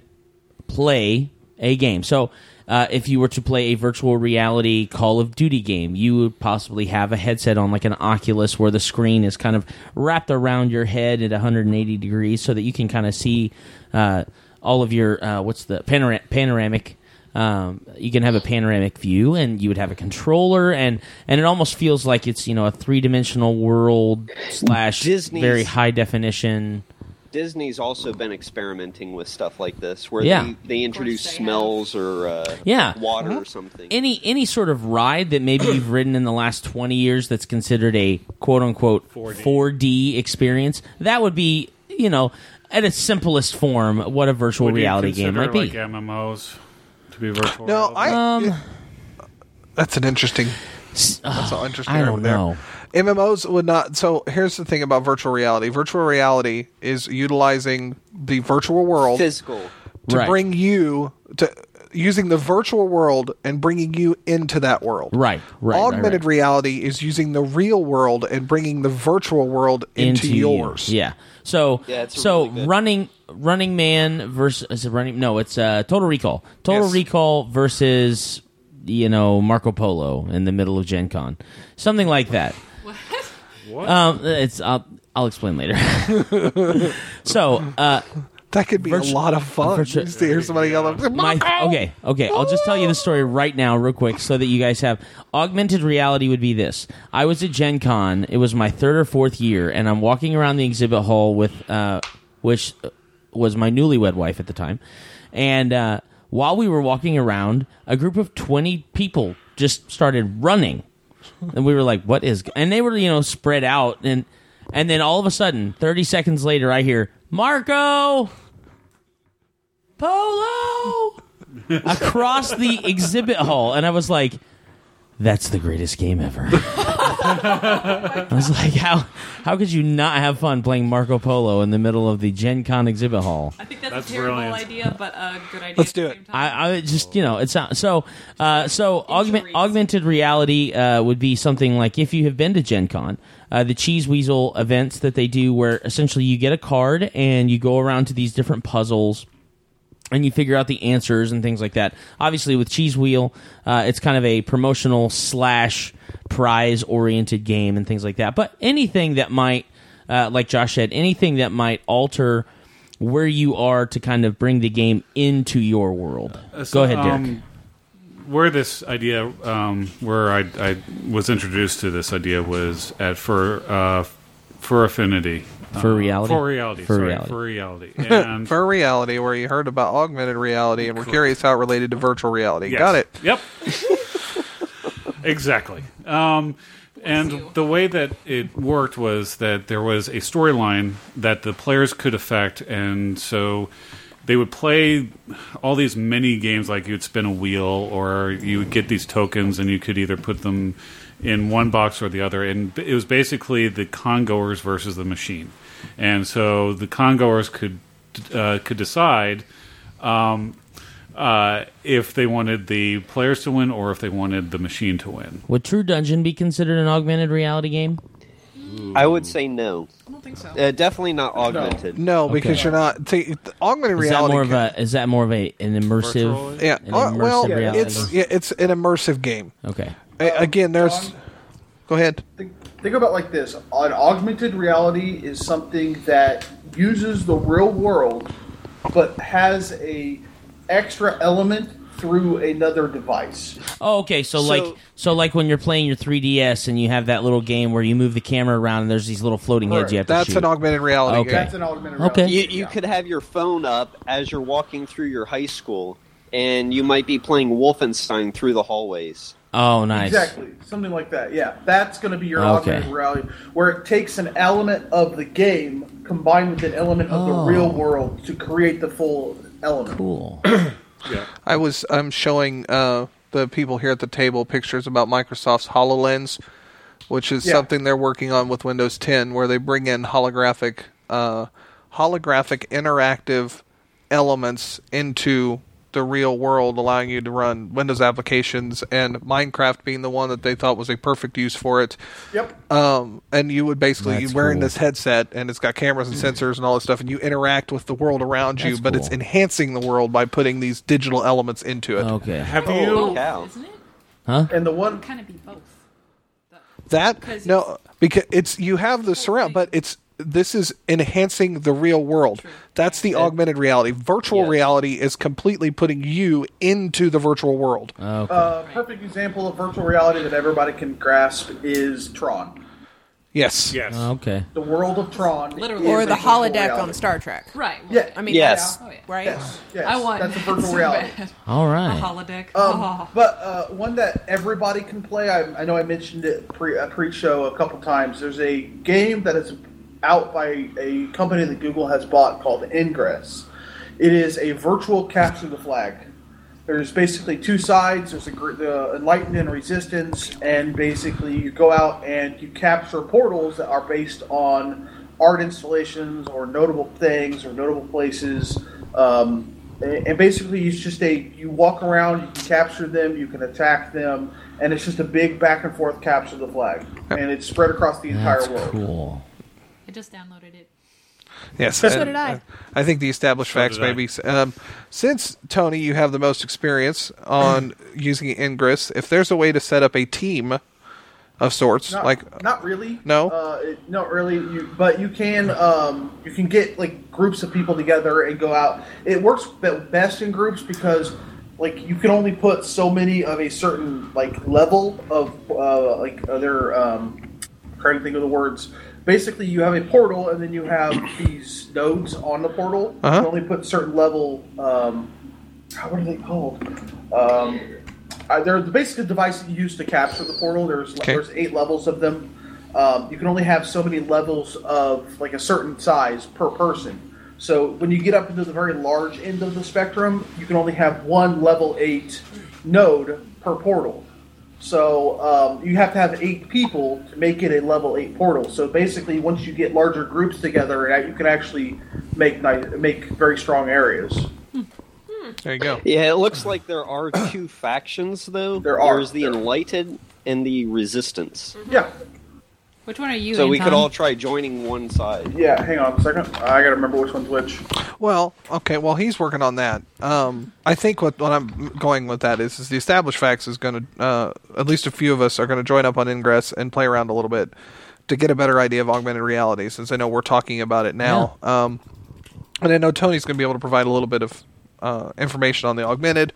[SPEAKER 1] play a game. So, uh, if you were to play a virtual reality Call of Duty game, you would possibly have a headset on, like an Oculus, where the screen is kind of wrapped around your head at 180 degrees, so that you can kind of see uh, all of your uh, what's the panora- panoramic. Um, you can have a panoramic view, and you would have a controller, and and it almost feels like it's you know a three dimensional world slash
[SPEAKER 5] Disney's-
[SPEAKER 1] very high definition.
[SPEAKER 5] Disney's also been experimenting with stuff like this, where
[SPEAKER 1] Yeah.
[SPEAKER 5] they, they introduce
[SPEAKER 6] they have.
[SPEAKER 5] smells or uh,
[SPEAKER 1] Yeah.
[SPEAKER 5] water or something.
[SPEAKER 1] any any sort of ride that maybe you've ridden in the last 20 years that's considered a quote unquote
[SPEAKER 7] 4D.
[SPEAKER 1] 4D experience that would be you know at its simplest form what a virtual
[SPEAKER 7] Would you
[SPEAKER 1] reality game might
[SPEAKER 7] consider,
[SPEAKER 1] be
[SPEAKER 7] like MMOs to be virtual.
[SPEAKER 2] No,
[SPEAKER 7] reality?
[SPEAKER 2] I.
[SPEAKER 1] Um,
[SPEAKER 2] that's an interesting. That's an interesting.
[SPEAKER 1] uh, I
[SPEAKER 2] over
[SPEAKER 1] don't
[SPEAKER 2] there.
[SPEAKER 1] know.
[SPEAKER 2] MMOs would not. So here's the thing about virtual reality. Virtual reality is utilizing the virtual world
[SPEAKER 5] Physical.
[SPEAKER 2] to
[SPEAKER 1] Right.
[SPEAKER 2] bring you to using the virtual world and bringing you into that world.
[SPEAKER 1] Right, right, right, right.
[SPEAKER 2] Augmented reality is using the real world and bringing the virtual world into,
[SPEAKER 1] you.
[SPEAKER 2] yours.
[SPEAKER 1] Yeah. So
[SPEAKER 5] Yeah, it's a
[SPEAKER 1] so
[SPEAKER 5] really good-
[SPEAKER 1] running Running Man versus is it running no it's uh, Total Recall. Total
[SPEAKER 2] Yes.
[SPEAKER 1] Recall versus you know Marco Polo in the middle of Gen Con. Something like that.
[SPEAKER 7] What?
[SPEAKER 1] Um it's I'll, I'll explain later. so, uh
[SPEAKER 2] That could be
[SPEAKER 1] Virtu-
[SPEAKER 2] a lot of fun.
[SPEAKER 1] virtu-
[SPEAKER 2] You see, here's somebody yell out,
[SPEAKER 1] my okay okay i'll just tell you the story right now real quick so that you guys have augmented reality would be this i was at gen con it was my third or fourth year and i'm walking around the exhibit hall with uh which was my newlywed wife at the time and uh while we were walking around a group of 20 people just started running and we were like what is and they were you know spread out and and then all of a sudden 30 seconds later i hear marco Polo across the exhibit hall, and I was like, "That's the greatest game ever." I was like, "How how could you not have fun playing Marco Polo in the middle of the Gen Con exhibit hall?"
[SPEAKER 6] I think that's,
[SPEAKER 7] That's
[SPEAKER 6] a terrible
[SPEAKER 7] brilliant.
[SPEAKER 6] idea, but a good idea.
[SPEAKER 2] Let's
[SPEAKER 6] at
[SPEAKER 2] do
[SPEAKER 6] the
[SPEAKER 2] it.
[SPEAKER 6] same time.
[SPEAKER 1] I, I just you know it's not, so uh, so augment,
[SPEAKER 6] Injuries.
[SPEAKER 1] augmented reality uh, would be something like if you have been to Gen Con, uh, the Cheese Weasel events that they do where essentially you get a card and you go around to these different puzzles and you figure out the answers and things like that. Obviously, with Cheese Wheel, uh, it's kind of a promotional slash prize oriented game and things like that. But anything that might, uh, like Josh said, anything that might alter where you are to kind of bring the game into your world. Go ahead, Derek.
[SPEAKER 7] Um, where this idea, um, where I, I was introduced to this idea, was at for uh, for affinity,
[SPEAKER 1] For
[SPEAKER 7] Uh,
[SPEAKER 1] reality?
[SPEAKER 7] for reality,
[SPEAKER 1] For
[SPEAKER 7] sorry,
[SPEAKER 1] reality.
[SPEAKER 7] for reality, and
[SPEAKER 2] for reality where you heard about augmented reality and we're curious how it related to virtual reality.
[SPEAKER 7] Yes.
[SPEAKER 2] Got it.
[SPEAKER 7] Yep. exactly. Um, and the way that it worked was that there was a storyline that the players could affect, and so they would play all these mini games, like you'd spin a wheel, or you would get these tokens, and you could either put them in one box or the other. And it was basically the congoers versus the machine, and so the congoers could uh, could decide um, uh, if they wanted the players to win or if they wanted the machine to win.
[SPEAKER 1] Would True Dungeon be considered an augmented reality game?
[SPEAKER 5] I would say no.
[SPEAKER 6] I don't think so.
[SPEAKER 5] Uh, definitely not augmented.
[SPEAKER 2] No, because you're not t- augmented
[SPEAKER 1] Is that
[SPEAKER 2] reality.
[SPEAKER 1] more of
[SPEAKER 2] ca-
[SPEAKER 1] a is that more of a an immersive?
[SPEAKER 7] Virtual?
[SPEAKER 2] yeah.
[SPEAKER 1] an
[SPEAKER 2] Uh, well,
[SPEAKER 1] immersive reality?
[SPEAKER 2] it's yeah, it's an immersive game.
[SPEAKER 1] Okay,
[SPEAKER 2] A- Again, there's.
[SPEAKER 4] John?
[SPEAKER 2] Go ahead.
[SPEAKER 4] Think, think about it like this: an augmented reality is something that uses the real world, but has a extra element through another device.
[SPEAKER 1] Oh, okay. So, like, so like when you're playing your 3DS and you have that little game where you move the camera around and there's these little floating heads you have to
[SPEAKER 2] That's
[SPEAKER 1] shoot.
[SPEAKER 2] an augmented reality
[SPEAKER 1] Okay.
[SPEAKER 2] game.
[SPEAKER 4] That's an augmented
[SPEAKER 1] Okay.
[SPEAKER 4] reality.
[SPEAKER 5] You, you
[SPEAKER 4] Yeah.
[SPEAKER 5] could have your phone up as you're walking through your high school, and you might be playing Wolfenstein through the hallways.
[SPEAKER 1] oh, nice.
[SPEAKER 4] Exactly, something like that. Yeah, that's going to be your
[SPEAKER 1] Okay.
[SPEAKER 4] augmented reality, where it takes an element of the game combined with an element of
[SPEAKER 1] Oh.
[SPEAKER 4] the real world to create the full element.
[SPEAKER 1] Cool.
[SPEAKER 2] I was I'm showing uh, the people here at the table pictures about Microsoft's Hololens, which is
[SPEAKER 4] Yeah.
[SPEAKER 2] something they're working on with Windows 10, where they bring in holographic, uh, holographic interactive elements into the real world allowing you to run Windows applications, and Minecraft being the one that they thought was a perfect use for it.
[SPEAKER 4] Yep.
[SPEAKER 1] Uh.
[SPEAKER 2] Um, and you would basically
[SPEAKER 1] That's
[SPEAKER 2] you're wearing
[SPEAKER 1] cool. Mm.
[SPEAKER 2] this headset, and it's got cameras and sensors and all this stuff, and you interact with the world around you,
[SPEAKER 1] That's
[SPEAKER 2] but it's
[SPEAKER 1] cool.
[SPEAKER 2] enhancing the world by putting these digital elements into it.
[SPEAKER 1] Okay.
[SPEAKER 7] Have
[SPEAKER 5] Oh.
[SPEAKER 7] you?
[SPEAKER 5] Cow.
[SPEAKER 6] isn't it?
[SPEAKER 4] And the one
[SPEAKER 6] Kind of be both.
[SPEAKER 2] That
[SPEAKER 6] 'Cause
[SPEAKER 2] no, because it's you have the surround, but it's this is enhancing the real world. That's the augmented reality. Virtual
[SPEAKER 5] Yes.
[SPEAKER 2] reality is completely putting you into the virtual world.
[SPEAKER 1] Okay.
[SPEAKER 4] uh, perfect example of virtual reality that everybody can grasp is Tron.
[SPEAKER 2] yes.
[SPEAKER 7] Yes.
[SPEAKER 1] okay.
[SPEAKER 4] The world of Tron.
[SPEAKER 6] Literally.
[SPEAKER 4] is
[SPEAKER 6] Or
[SPEAKER 4] a
[SPEAKER 3] or the
[SPEAKER 4] virtual
[SPEAKER 3] holodeck
[SPEAKER 4] reality.
[SPEAKER 3] on Star Trek.
[SPEAKER 6] Right. well,
[SPEAKER 4] Yeah.
[SPEAKER 3] I mean,
[SPEAKER 5] Yes.
[SPEAKER 6] Oh yeah.
[SPEAKER 3] right?
[SPEAKER 4] Yes, yes.
[SPEAKER 6] I want
[SPEAKER 4] That's a
[SPEAKER 6] that
[SPEAKER 4] virtual
[SPEAKER 6] so
[SPEAKER 4] reality.
[SPEAKER 6] bad.
[SPEAKER 1] All
[SPEAKER 6] A
[SPEAKER 1] right.
[SPEAKER 6] holodeck.
[SPEAKER 4] Um,
[SPEAKER 6] oh.
[SPEAKER 4] But uh, one that everybody can play. I, I know I mentioned it pre uh, pre-show a couple times. There's a game that is out by a company that Google has bought called Ingress. It is a virtual capture the flag. There's basically two sides. There's a gr- the enlightened and resistance, and basically you go out and you capture portals that are based on art installations or notable things or notable places. Um, and and basically, it's just a you walk around, you can capture them, you can attack them, and it's just a big back and forth capture the flag, and it's spread across the entire
[SPEAKER 1] That's
[SPEAKER 4] world.
[SPEAKER 1] cool.
[SPEAKER 6] I just downloaded it.
[SPEAKER 2] Yes.
[SPEAKER 3] So
[SPEAKER 2] and
[SPEAKER 3] did I.
[SPEAKER 2] I think the established facts
[SPEAKER 7] did
[SPEAKER 2] may
[SPEAKER 7] I.
[SPEAKER 2] be. Um, since Tony, you have the most experience on using Ingress. If there's a way to set up a team of sorts,
[SPEAKER 4] Not,
[SPEAKER 2] like
[SPEAKER 4] not really.
[SPEAKER 2] No?
[SPEAKER 4] uh, it, not really. You, but you can um, you can get like groups of people together and go out. It works be- best in groups because like you can only put so many of a certain like level of uh, like other. Um, trying to think of the words. Basically, you have a portal, and then you have these nodes on the portal. You
[SPEAKER 2] Uh-huh.
[SPEAKER 4] can only put certain level. Um, what are they called? Um, uh, they're basically the device that you use to capture the portal. There's
[SPEAKER 2] Okay.
[SPEAKER 4] there's eight levels of them. Um, you can only have so many levels of like a certain size per person. So when you get up into the very large end of the spectrum, you can only have one level eight node per portal. So um, you have to have eight people to make it a level eight portal. So basically, once you get larger groups together, you can actually make ni- make very strong areas.
[SPEAKER 2] there you go.
[SPEAKER 5] Yeah, it looks like there are two factions, though.
[SPEAKER 4] There are.
[SPEAKER 5] There's the Enlightened and the Resistance.
[SPEAKER 4] Yeah,
[SPEAKER 6] Which one are you?
[SPEAKER 5] So we
[SPEAKER 6] Anton?
[SPEAKER 5] could all try joining one side.
[SPEAKER 4] yeah. Hang on a second. I gotta remember which one's which.
[SPEAKER 2] Well, okay. Well, he's working on that. Um, I think what, what I'm going with that is, is the established facts is going to uh, at least a few of us are going to join up on Ingress and play around a little bit to get a better idea of augmented reality, since I know we're talking about it now. Um, and I know Tony's going to be able to provide a little bit of uh, information on the augmented.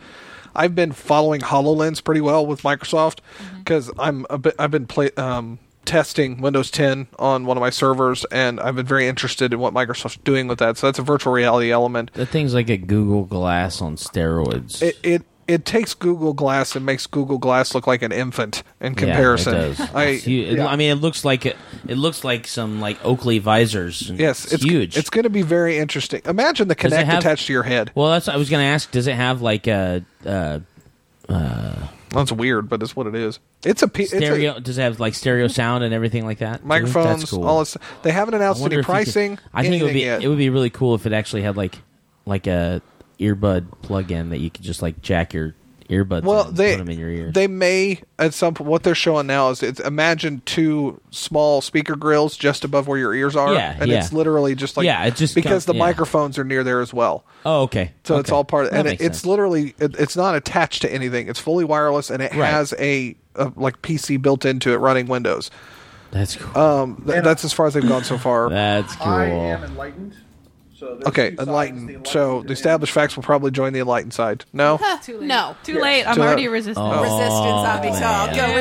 [SPEAKER 2] I've been following Hololens pretty well with Microsoft because I'm a bit, I've been play, um, testing Windows 10 on one of my servers, and I've been very interested in what Microsoft's doing with that. So that's a virtual reality element.
[SPEAKER 1] That thing's like a Google Glass on steroids.
[SPEAKER 2] It it, it takes Google Glass and makes Google Glass look like an infant in comparison.
[SPEAKER 1] Yeah, it does.
[SPEAKER 2] I,
[SPEAKER 1] It's hu- it-
[SPEAKER 4] yeah.
[SPEAKER 1] I mean, it looks like it, it looks like some like Oakley visors. and
[SPEAKER 2] yes,
[SPEAKER 1] it's,
[SPEAKER 2] it's
[SPEAKER 1] huge.
[SPEAKER 2] It's going to be very interesting. Imagine the
[SPEAKER 1] it
[SPEAKER 2] Kinect
[SPEAKER 1] have-
[SPEAKER 2] attached to your head.
[SPEAKER 1] well, that's I was going to ask. Does it have like a, uh
[SPEAKER 2] That's weird, but it's what it is. It's a pe- it's a-
[SPEAKER 1] stereo? does it have like stereo sound and everything like that? too?
[SPEAKER 2] microphones,
[SPEAKER 1] That's cool.
[SPEAKER 2] all this. They haven't
[SPEAKER 1] I
[SPEAKER 2] announced
[SPEAKER 1] wonder
[SPEAKER 2] any
[SPEAKER 1] if you could-
[SPEAKER 2] pricing.
[SPEAKER 1] I think it would
[SPEAKER 2] anything
[SPEAKER 1] be
[SPEAKER 2] yet.
[SPEAKER 1] it would be really cool if it actually had like like a earbud plug-in that you could just like jack your earbuds.
[SPEAKER 2] well,
[SPEAKER 1] in and
[SPEAKER 2] they
[SPEAKER 1] put them in your ear.
[SPEAKER 2] they may at some point. What they're showing now is it's imagine two small speaker grills just above where your ears are,
[SPEAKER 1] Yeah,
[SPEAKER 2] and
[SPEAKER 1] yeah.
[SPEAKER 2] it's literally just like
[SPEAKER 1] Yeah, it just
[SPEAKER 2] because
[SPEAKER 1] comes-
[SPEAKER 2] the
[SPEAKER 1] yeah.
[SPEAKER 2] microphones are near there as well.
[SPEAKER 1] oh, okay.
[SPEAKER 2] So it's
[SPEAKER 1] Okay.
[SPEAKER 2] all part of,
[SPEAKER 1] That
[SPEAKER 2] and it,
[SPEAKER 1] makes
[SPEAKER 2] it's
[SPEAKER 1] sense.
[SPEAKER 2] literally it, it's not attached to anything. It's fully wireless, and it
[SPEAKER 1] Right.
[SPEAKER 2] has a, a like PC built into it running Windows.
[SPEAKER 1] that's cool.
[SPEAKER 2] Um, th-
[SPEAKER 4] And-
[SPEAKER 2] that's as far as they've gone so far.
[SPEAKER 1] that's cool.
[SPEAKER 4] I am enlightened. So there's
[SPEAKER 2] okay,
[SPEAKER 4] two sides,
[SPEAKER 2] enlightened.
[SPEAKER 4] the
[SPEAKER 2] so the
[SPEAKER 4] and-
[SPEAKER 2] established facts will probably join the enlightened side. No,
[SPEAKER 6] Ah, Too late.
[SPEAKER 3] No.
[SPEAKER 6] Too
[SPEAKER 4] Yes.
[SPEAKER 6] late. I'm
[SPEAKER 2] So that-
[SPEAKER 6] already resistant.
[SPEAKER 3] Resistance, obviously. I'll go
[SPEAKER 6] Yeah.
[SPEAKER 4] Oh,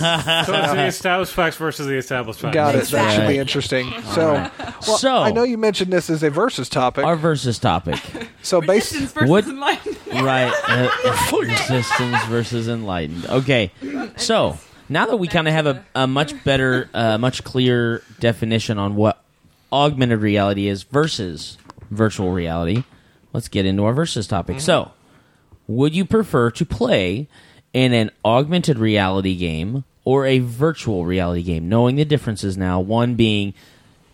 [SPEAKER 3] resistance.
[SPEAKER 7] So it's the established facts versus the established facts.
[SPEAKER 2] Got it.
[SPEAKER 3] That's
[SPEAKER 2] That should
[SPEAKER 1] right.
[SPEAKER 2] be interesting. So, well,
[SPEAKER 1] So-
[SPEAKER 2] I know you mentioned this as a versus topic.
[SPEAKER 1] Our versus topic,
[SPEAKER 2] so
[SPEAKER 6] Resistance
[SPEAKER 2] based,
[SPEAKER 6] versus
[SPEAKER 1] What-
[SPEAKER 6] enlightenment.
[SPEAKER 1] right? Uh, resistance versus enlightened. Okay, so now that we kind of have a, a much better, uh, much clearer definition on what augmented reality is versus virtual reality, let's get into our versus topic. So, would you prefer to play in an augmented reality game or a virtual reality game? Knowing the differences now, one being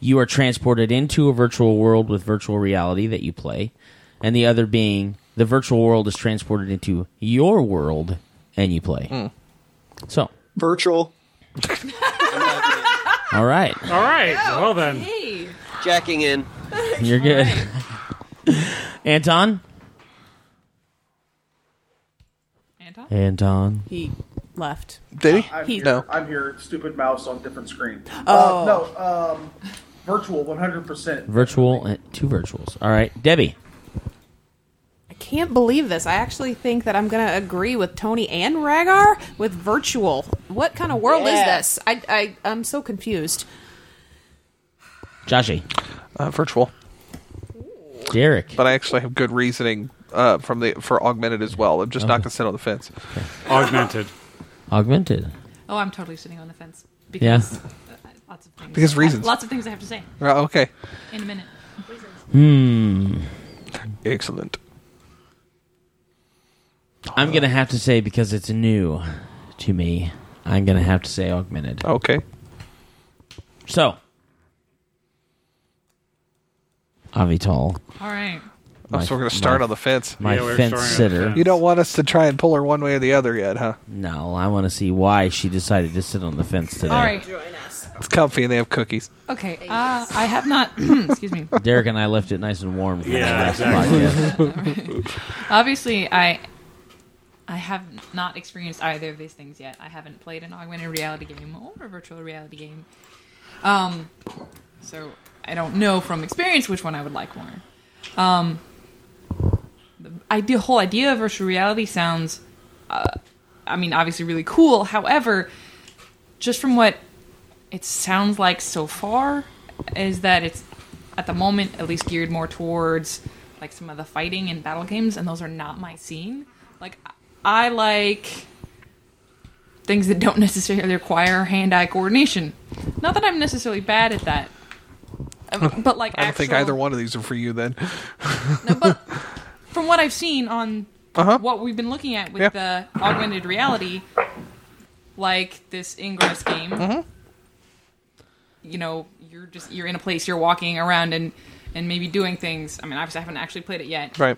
[SPEAKER 1] you are transported into a virtual world with virtual reality that you play, and the other being the virtual world is transported into your world and you play. So,
[SPEAKER 5] Virtual.
[SPEAKER 1] all right,
[SPEAKER 7] All right. Well then.
[SPEAKER 6] Hey,
[SPEAKER 5] Jacking in.
[SPEAKER 1] you're good. Anton?
[SPEAKER 6] Anton?
[SPEAKER 1] Anton.
[SPEAKER 3] He left.
[SPEAKER 2] Did he?
[SPEAKER 4] I'm
[SPEAKER 3] He-
[SPEAKER 4] here.
[SPEAKER 2] No.
[SPEAKER 4] I'm here. Stupid mouse on different screen.
[SPEAKER 3] Oh.
[SPEAKER 4] Uh, no. Um, virtual, 100. percent
[SPEAKER 1] Virtual, uh, two virtuals. All right, Debbie.
[SPEAKER 3] I can't believe this. I actually think that I'm going to agree with Tony and Ragar with virtual. What kind of world
[SPEAKER 5] Yeah.
[SPEAKER 3] is this? I, I, I'm so confused.
[SPEAKER 1] Joshy.
[SPEAKER 2] Uh, virtual.
[SPEAKER 1] Derek.
[SPEAKER 2] But I actually have good reasoning uh, from the for augmented as well. I'm just not going to sit on the fence.
[SPEAKER 7] Augmented.
[SPEAKER 1] Augmented.
[SPEAKER 6] Oh, I'm totally sitting on the fence.
[SPEAKER 1] Yeah.
[SPEAKER 6] Because uh, lots of things.
[SPEAKER 2] Because reasons.
[SPEAKER 6] Lots of things I have to say
[SPEAKER 2] Uh, okay.
[SPEAKER 6] in a minute.
[SPEAKER 2] Excellent.
[SPEAKER 1] I'm going to have to say, because it's new to me, I'm going to have to say augmented.
[SPEAKER 2] Okay.
[SPEAKER 1] So, Avital,
[SPEAKER 6] All right.
[SPEAKER 2] I'm
[SPEAKER 1] My-
[SPEAKER 2] still going to start
[SPEAKER 1] my-
[SPEAKER 2] on the fence.
[SPEAKER 1] my
[SPEAKER 7] Yeah, we're
[SPEAKER 1] fence
[SPEAKER 7] starting on
[SPEAKER 1] sitter.
[SPEAKER 7] the
[SPEAKER 2] You don't want us to try and pull her one way or the other yet, huh?
[SPEAKER 1] No, I want to see why she decided to sit on the fence today.
[SPEAKER 6] All right.
[SPEAKER 2] It's comfy and they have cookies.
[SPEAKER 6] Okay. Uh, I have not. excuse me.
[SPEAKER 1] Derek and I left it nice and warm. for the
[SPEAKER 7] Yeah,
[SPEAKER 1] last
[SPEAKER 7] exactly.
[SPEAKER 1] podcast.
[SPEAKER 6] Obviously, I I have not experienced either of these things yet. I haven't played an augmented reality game or a virtual reality game. Um, so I don't know from experience which one I would like more. Um, the idea, whole idea of virtual reality sounds, uh, I mean, obviously really cool. However, just from what it sounds like so far is that it's at the moment at least geared more towards like some of the fighting and battle games and those are not my scene like i I like things that don't necessarily require hand-eye coordination not that i'm necessarily bad at that Um, but like
[SPEAKER 2] I don't think
[SPEAKER 6] actual-
[SPEAKER 2] either one of these are for you then.
[SPEAKER 6] no, but from what I've seen on
[SPEAKER 2] Uh-huh.
[SPEAKER 6] what we've been looking at with
[SPEAKER 2] Yeah.
[SPEAKER 6] the augmented reality, like this Ingress game,
[SPEAKER 2] Mm-hmm.
[SPEAKER 6] you know, you're just you're in a place, you're walking around and and maybe doing things. I mean, obviously, I haven't actually played it yet.
[SPEAKER 2] Right.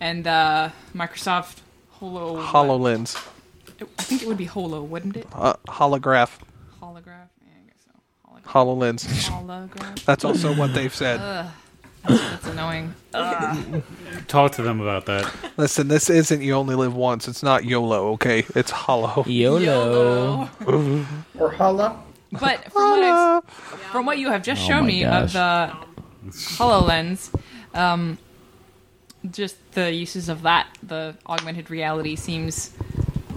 [SPEAKER 6] And uh, Microsoft Holo,
[SPEAKER 2] HoloLens.
[SPEAKER 6] I think it would be Holo, wouldn't it?
[SPEAKER 2] Uh, holograph.
[SPEAKER 6] Holograph. Yeah, I guess so. Holograph.
[SPEAKER 2] HoloLens.
[SPEAKER 6] Holograph.
[SPEAKER 2] That's also what they've said.
[SPEAKER 6] That's annoying.
[SPEAKER 7] Talk to them about that.
[SPEAKER 2] Listen, this isn't you only live once. It's not YOLO, okay? It's hollow.
[SPEAKER 1] YOLO.
[SPEAKER 4] or Hala.
[SPEAKER 6] But from what, I've, from what you have just shown
[SPEAKER 1] my
[SPEAKER 6] me of the HoloLens, um, just the uses of that, the augmented reality seems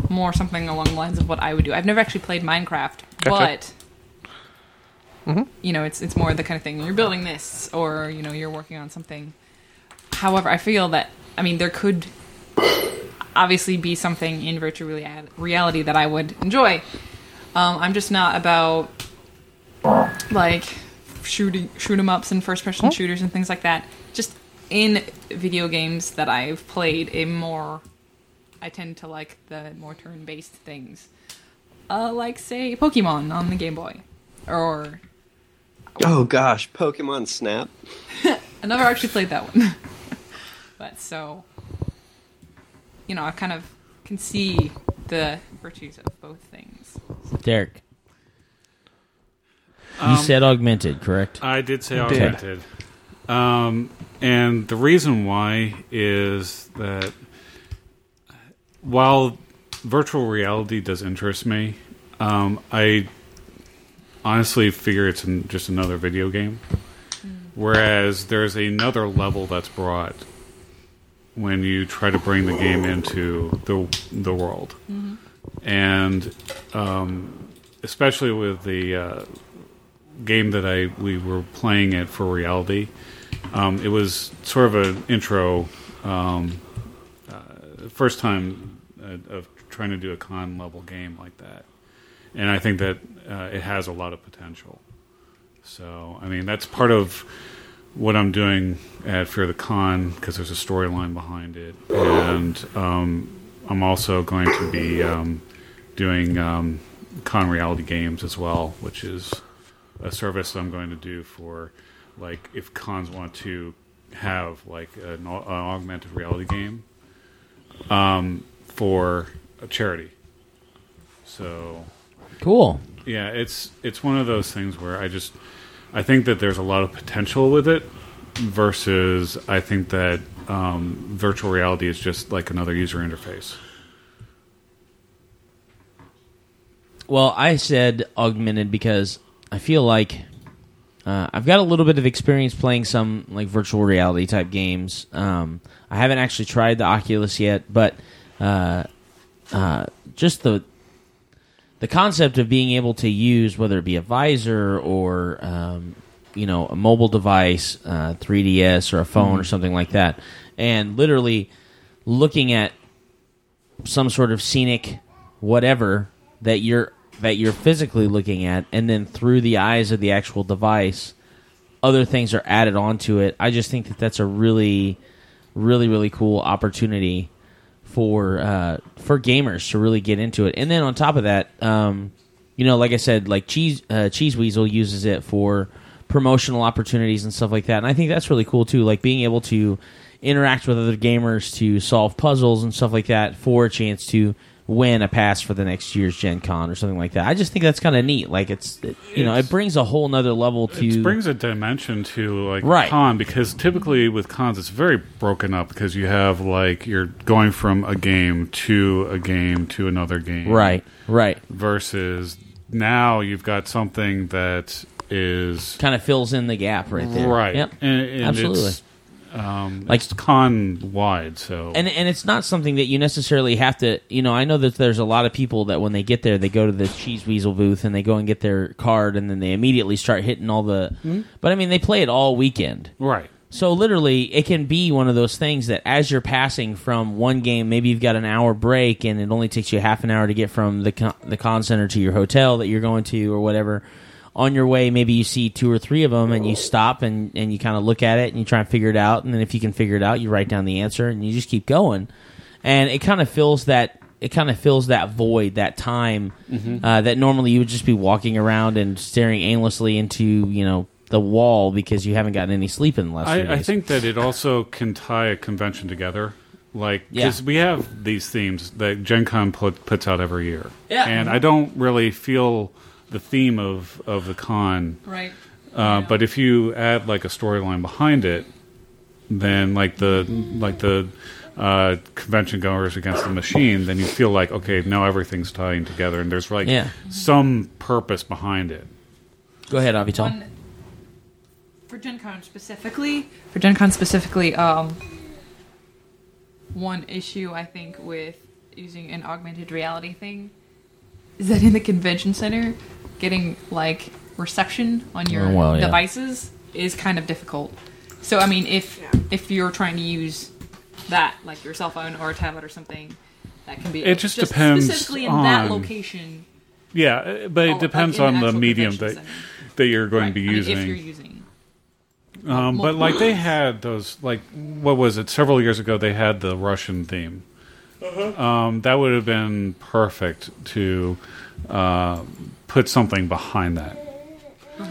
[SPEAKER 6] more something along the lines of what I would do. I've never actually played Minecraft, but you know, it's it's more the kind of thing you're building this or you know you're working on something. However, I feel that I mean there could obviously be something in virtual rea- reality that I would enjoy. Um, I'm just not about like shooting shoot 'em ups and first person shooters and things like that. Just in video games that I've played, a more I tend to like the more turn based things, uh, like say Pokemon on the Game Boy, or
[SPEAKER 5] Oh gosh, Pokemon Snap.
[SPEAKER 6] I never actually played that one. but so, you know, I kind of can see the virtues of both things.
[SPEAKER 1] Derek. you said augmented, correct?
[SPEAKER 7] I did say
[SPEAKER 2] did.
[SPEAKER 7] augmented. Um, and the reason why is that while virtual reality does interest me, um, I honestly figure it's an, just another video game. Whereas there's another level that's brought when you try to bring the game into the the world, and um, especially with the uh, game that I we were playing it for reality. Um, it was sort of an intro, um, uh, first time uh, of trying to do a con level game like that, and I think that uh, it has a lot of potential. So I mean that's part of what I'm doing at Fear the Con because there's a storyline behind it, and um, I'm also going to be um, doing um, con reality games as well, which is a service I'm going to do for like if cons want to have like an, au- an augmented reality game um, for a charity. So
[SPEAKER 1] Cool.
[SPEAKER 7] yeah, it's it's one of those things where I just I think that there's a lot of potential with it versus I think that um, virtual reality is just like another user interface.
[SPEAKER 1] Well, I said augmented because I feel like uh, I've got a little bit of experience playing some like virtual reality type games. Um, I haven't actually tried the Oculus yet, but uh, uh, just the the concept of being able to use whether it be a visor or um, you know a mobile device, uh, 3ds or a phone or something like that, and literally looking at some sort of scenic whatever that you're that you're physically looking at and then through the eyes of the actual device other things are added onto it i just think that that's a really really really cool opportunity for uh, for gamers to really get into it and then on top of that um, you know like i said like cheese uh, cheese weasel uses it for promotional opportunities and stuff like that and i think that's really cool too like being able to interact with other gamers to solve puzzles and stuff like that for a chance to win a pass for the next year's Gen Con or something like that. I just think that's kind of neat. Like it's, it, you know, it brings a whole nother level to
[SPEAKER 7] It brings a dimension to like
[SPEAKER 1] Right.
[SPEAKER 7] con because typically with cons it's very broken up because you have like you're going from a game to a game to another game.
[SPEAKER 1] right, right.
[SPEAKER 7] Versus now you've got something that is
[SPEAKER 1] Kind of fills in the gap right there.
[SPEAKER 7] right.
[SPEAKER 1] Yep.
[SPEAKER 7] And, and
[SPEAKER 1] Absolutely.
[SPEAKER 7] It's, um,
[SPEAKER 1] Like-
[SPEAKER 7] it's con wide, so
[SPEAKER 1] and and it's not something that you necessarily have to you know i know that there's a lot of people that when they get there they go to the cheese weasel booth and they go and get their card and then they immediately start hitting all the but i mean they play it all weekend
[SPEAKER 7] right.
[SPEAKER 1] so literally, it can be one of those things that as you're passing from one game, maybe you've got an hour break, and it only takes you half an hour to get from the con- the con center to your hotel that you're going to or whatever. On your way, maybe you see two or three of them, and you stop and and you kind of look at it and you try and figure it out, and then if you can figure it out, you write down the answer and you just keep going, and it kind of fills that. It kind of fills that void, that time uh, that normally you would just be walking around and staring aimlessly into, you know, the wall because you haven't gotten any sleep in the last. few
[SPEAKER 7] I, I
[SPEAKER 1] days.
[SPEAKER 7] think that it also can tie a convention together. Like, because
[SPEAKER 1] Yeah.
[SPEAKER 7] we have these themes that Gen Con put, puts out every year.
[SPEAKER 1] Yeah.
[SPEAKER 7] And
[SPEAKER 6] Mm-hmm.
[SPEAKER 7] I don't really feel the theme of, of the con.
[SPEAKER 6] Right.
[SPEAKER 7] Uh, but if you add like a storyline behind it, then like the like the uh, convention goers against the machine, then you feel like okay, now everything's tying together, and there's like
[SPEAKER 1] Yeah.
[SPEAKER 7] some purpose behind it.
[SPEAKER 1] Go ahead, Avital.
[SPEAKER 6] One, for Gen Con specifically, for Gen Con specifically, um, one issue I think with using an augmented reality thing is that in the convention center, getting like reception on your
[SPEAKER 1] Oh, well, yeah.
[SPEAKER 6] devices is kind of difficult. So I mean, if if you're trying to use that, like your cell phone or a tablet or something, that can be.
[SPEAKER 7] It just depends
[SPEAKER 6] specifically in that
[SPEAKER 7] on-
[SPEAKER 6] location.
[SPEAKER 7] Yeah, uh, but
[SPEAKER 6] Oh,
[SPEAKER 7] it
[SPEAKER 6] like
[SPEAKER 7] depends
[SPEAKER 6] in the
[SPEAKER 7] on the
[SPEAKER 6] actual
[SPEAKER 7] medium that
[SPEAKER 6] convention center.
[SPEAKER 7] that you're going
[SPEAKER 6] Right.
[SPEAKER 7] to be
[SPEAKER 6] I mean,
[SPEAKER 7] using.
[SPEAKER 6] if you're using.
[SPEAKER 7] Um,
[SPEAKER 6] Multiple
[SPEAKER 7] but like they had those, like what was it? Several years ago, they had the Russian theme.
[SPEAKER 2] Mm-hmm.
[SPEAKER 7] Um, that would have been perfect to uh, put something behind that.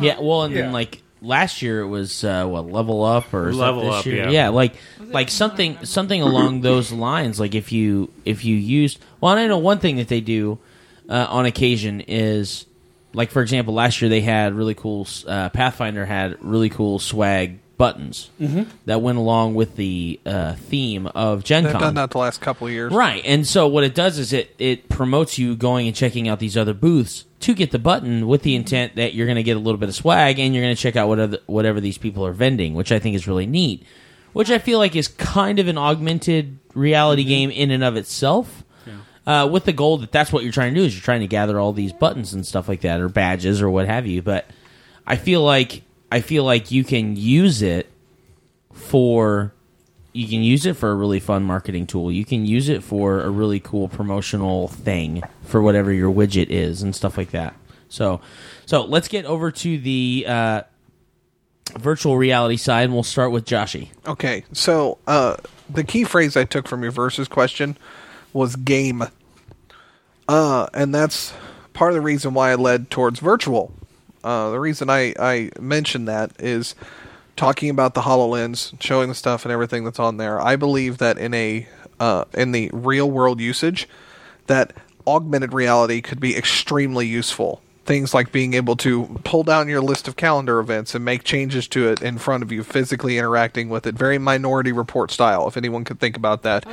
[SPEAKER 1] Yeah, well, and then
[SPEAKER 7] Yeah.
[SPEAKER 1] like last year it was uh, what level up or is that
[SPEAKER 7] Level
[SPEAKER 1] this
[SPEAKER 7] Up,
[SPEAKER 1] year?
[SPEAKER 7] yeah.
[SPEAKER 1] like like something something along those lines. Like if you if you used well, and I know one thing that they do uh, on occasion is like for example, last year they had really cool uh, Pathfinder had really cool swag buttons
[SPEAKER 7] Mm-hmm.
[SPEAKER 1] that went along with the uh, theme of Gen
[SPEAKER 2] They've
[SPEAKER 1] Con.
[SPEAKER 2] done that the last couple of years.
[SPEAKER 1] Right. And so what it does is it it promotes you going and checking out these other booths to get the button with the intent that you're going to get a little bit of swag and you're going to check out what other, whatever these people are vending, which I think is really neat. Which I feel like is kind of an augmented reality game in and of itself. Uh, with the goal that that's what you're trying to do is you're trying to gather all these buttons and stuff like that or badges or what have you. But I feel like I feel like you can use it for you can use it for a really fun marketing tool. You can use it for a really cool promotional thing for whatever your widget is and stuff like that. So, so let's get over to the uh, virtual reality side, and we'll start with Joshy.
[SPEAKER 2] Okay, so uh, the key phrase I took from your versus question was game. Uh, and that's part of the reason why I led towards virtual. Uh, the reason I, I mentioned that is talking about the HoloLens, showing the stuff and everything that's on there. I believe that in a uh, in the real world usage that augmented reality could be extremely useful. Things like being able to pull down your list of calendar events and make changes to it in front of you, physically interacting with it, very minority report style. If anyone could think about that,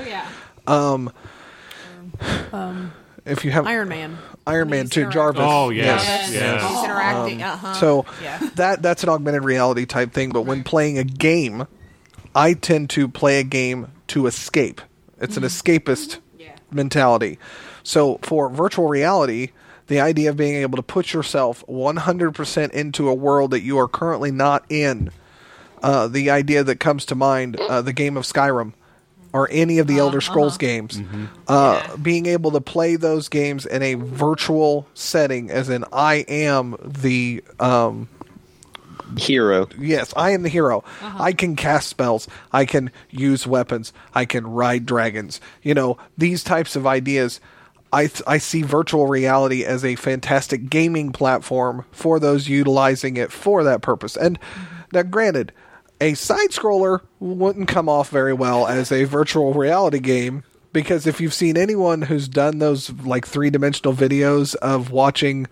[SPEAKER 6] Oh yeah.
[SPEAKER 2] if you have
[SPEAKER 3] Iron Man.
[SPEAKER 2] Iron Man
[SPEAKER 3] He's
[SPEAKER 2] to
[SPEAKER 3] interacting-
[SPEAKER 2] Jarvis,
[SPEAKER 7] Oh, yes,
[SPEAKER 6] Yes.
[SPEAKER 7] yes.
[SPEAKER 3] He's interacting. uh huh.
[SPEAKER 2] So
[SPEAKER 3] Yeah.
[SPEAKER 2] that that's an augmented reality type thing. But when playing a game, I tend to play a game to escape. It's an escapist mentality. So for virtual reality, the idea of being able to put yourself 100% into a world that you are currently not in. Uh, the idea that comes to mind, uh, the game of Skyrim, or any of the Elder Scrolls games, uh, being able to play those games in a virtual setting, as in I am the um,
[SPEAKER 5] Hero.
[SPEAKER 2] yes, I am the hero. I can cast spells. I can use weapons. I can ride dragons. You know, these types of ideas. I, th- I see virtual reality as a fantastic gaming platform for those utilizing it for that purpose. And now, granted, a side scroller wouldn't come off very well as a virtual reality game because if you've seen anyone who's done those like three dimensional videos of watching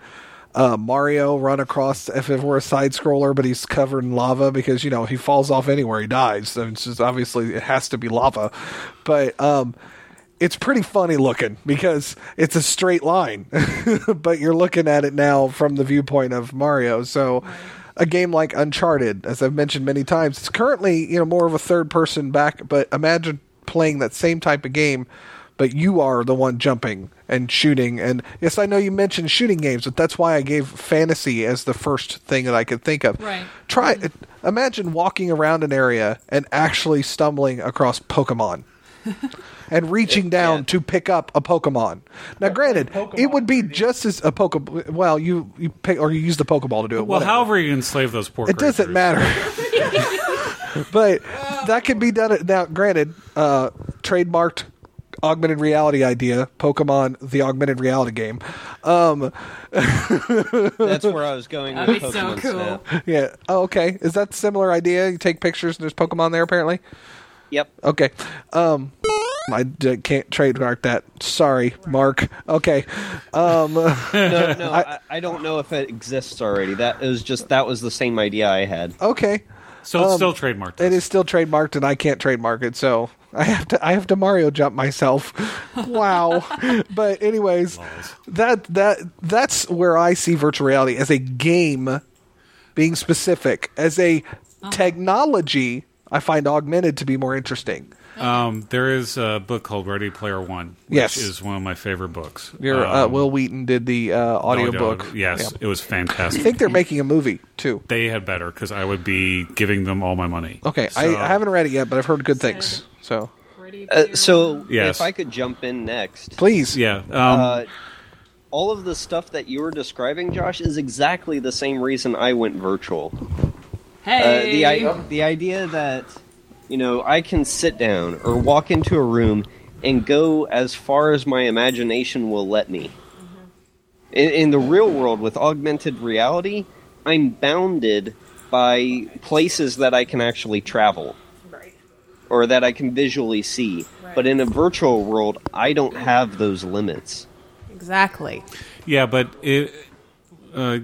[SPEAKER 2] uh, Mario run across if it were a side scroller, but he's covered in lava because you know he falls off anywhere he dies. So it's just obviously it has to be lava, but um, it's pretty funny looking because it's a straight line, but you're looking at it now from the viewpoint of Mario. So a game like Uncharted, as I've mentioned many times, it's currently you know more of a third person back, but imagine playing that same type of game but you are the one jumping and shooting. And yes, I know you mentioned shooting games, but that's why I gave fantasy as the first thing that I could think of.
[SPEAKER 6] Right.
[SPEAKER 2] Try imagine walking around an area and actually stumbling across Pokemon. And reaching down to pick up a Pokemon. Now, granted, it would be just as a Pokeball. Well, you you pick or you use the Pokeball to do it.
[SPEAKER 7] Well,
[SPEAKER 2] whatever.
[SPEAKER 7] however you enslave those poor
[SPEAKER 2] It doesn't
[SPEAKER 7] creatures.
[SPEAKER 2] matter. but that can be done. At, now, granted, uh, trademarked augmented reality idea, Pokemon, the augmented reality game. Um,
[SPEAKER 5] That's where I was going with
[SPEAKER 6] That'd be so
[SPEAKER 5] Pokemon
[SPEAKER 6] cool.
[SPEAKER 5] Snap.
[SPEAKER 2] yeah. Oh, okay. Is that similar idea? You take pictures and there's Pokemon there, apparently?
[SPEAKER 5] Yep.
[SPEAKER 2] Okay. Um, I d- can't trademark that. Sorry, Mark. Okay. Um,
[SPEAKER 5] No, no, I, I don't know if it exists already. That is just that was the same idea I had.
[SPEAKER 2] okay.
[SPEAKER 7] So it's
[SPEAKER 2] Um,
[SPEAKER 7] still trademarked.
[SPEAKER 2] It is still trademarked, and I can't trademark it, so I have to I have to Mario jump myself. Wow! but anyways, that that that's where I see virtual reality as a game, being specific as a technology. I find augmented to be more interesting.
[SPEAKER 7] Um, there is a book called Ready Player One, which
[SPEAKER 2] Yes.
[SPEAKER 7] is one of my favorite books.
[SPEAKER 2] Your uh,
[SPEAKER 7] Um,
[SPEAKER 2] Will Wheaton did the uh,
[SPEAKER 7] no
[SPEAKER 2] audiobook.
[SPEAKER 7] doubt. Yes,
[SPEAKER 2] Yeah.
[SPEAKER 7] it was
[SPEAKER 2] I
[SPEAKER 7] fantastic.
[SPEAKER 2] think they're making a movie too.
[SPEAKER 7] they had better because I would be giving them all my money.
[SPEAKER 2] Okay, I,
[SPEAKER 7] So-
[SPEAKER 2] I haven't read it yet, but I've heard good things. So
[SPEAKER 5] Uh, so
[SPEAKER 7] Yes.
[SPEAKER 5] if I could jump in next,
[SPEAKER 2] please,
[SPEAKER 7] Yeah, um,
[SPEAKER 5] Uh, all of the stuff that you were describing, Josh, is exactly the same reason I went virtual. Uh,
[SPEAKER 6] Hey.
[SPEAKER 5] the, I- the idea that, you know, I can sit down or walk into a room and go as far as my imagination will let me. In, in the real world, with augmented reality, I'm bounded by places that I can actually travel
[SPEAKER 3] Right.
[SPEAKER 5] or that I can visually see. But in a virtual world, I don't have those limits.
[SPEAKER 3] Exactly.
[SPEAKER 7] yeah, but it, uh,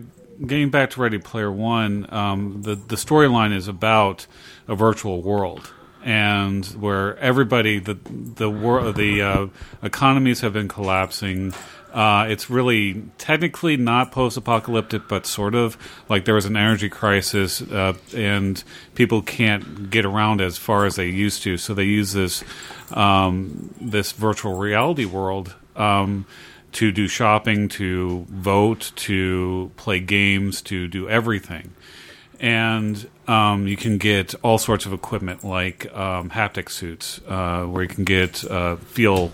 [SPEAKER 7] getting back to Ready Player One, um, the the storyline is about a virtual world and where everybody the the wor- the uh, economies have been collapsing. Uh, it's really technically not post-apocalyptic, but sort of like there was an energy crisis, uh, and people can't get around as far as they used to. So they use this um, this virtual reality world um, to do shopping, to vote, to play games, to do everything. And um, you can get all sorts of equipment like um, haptic suits, uh, where you can get uh, feel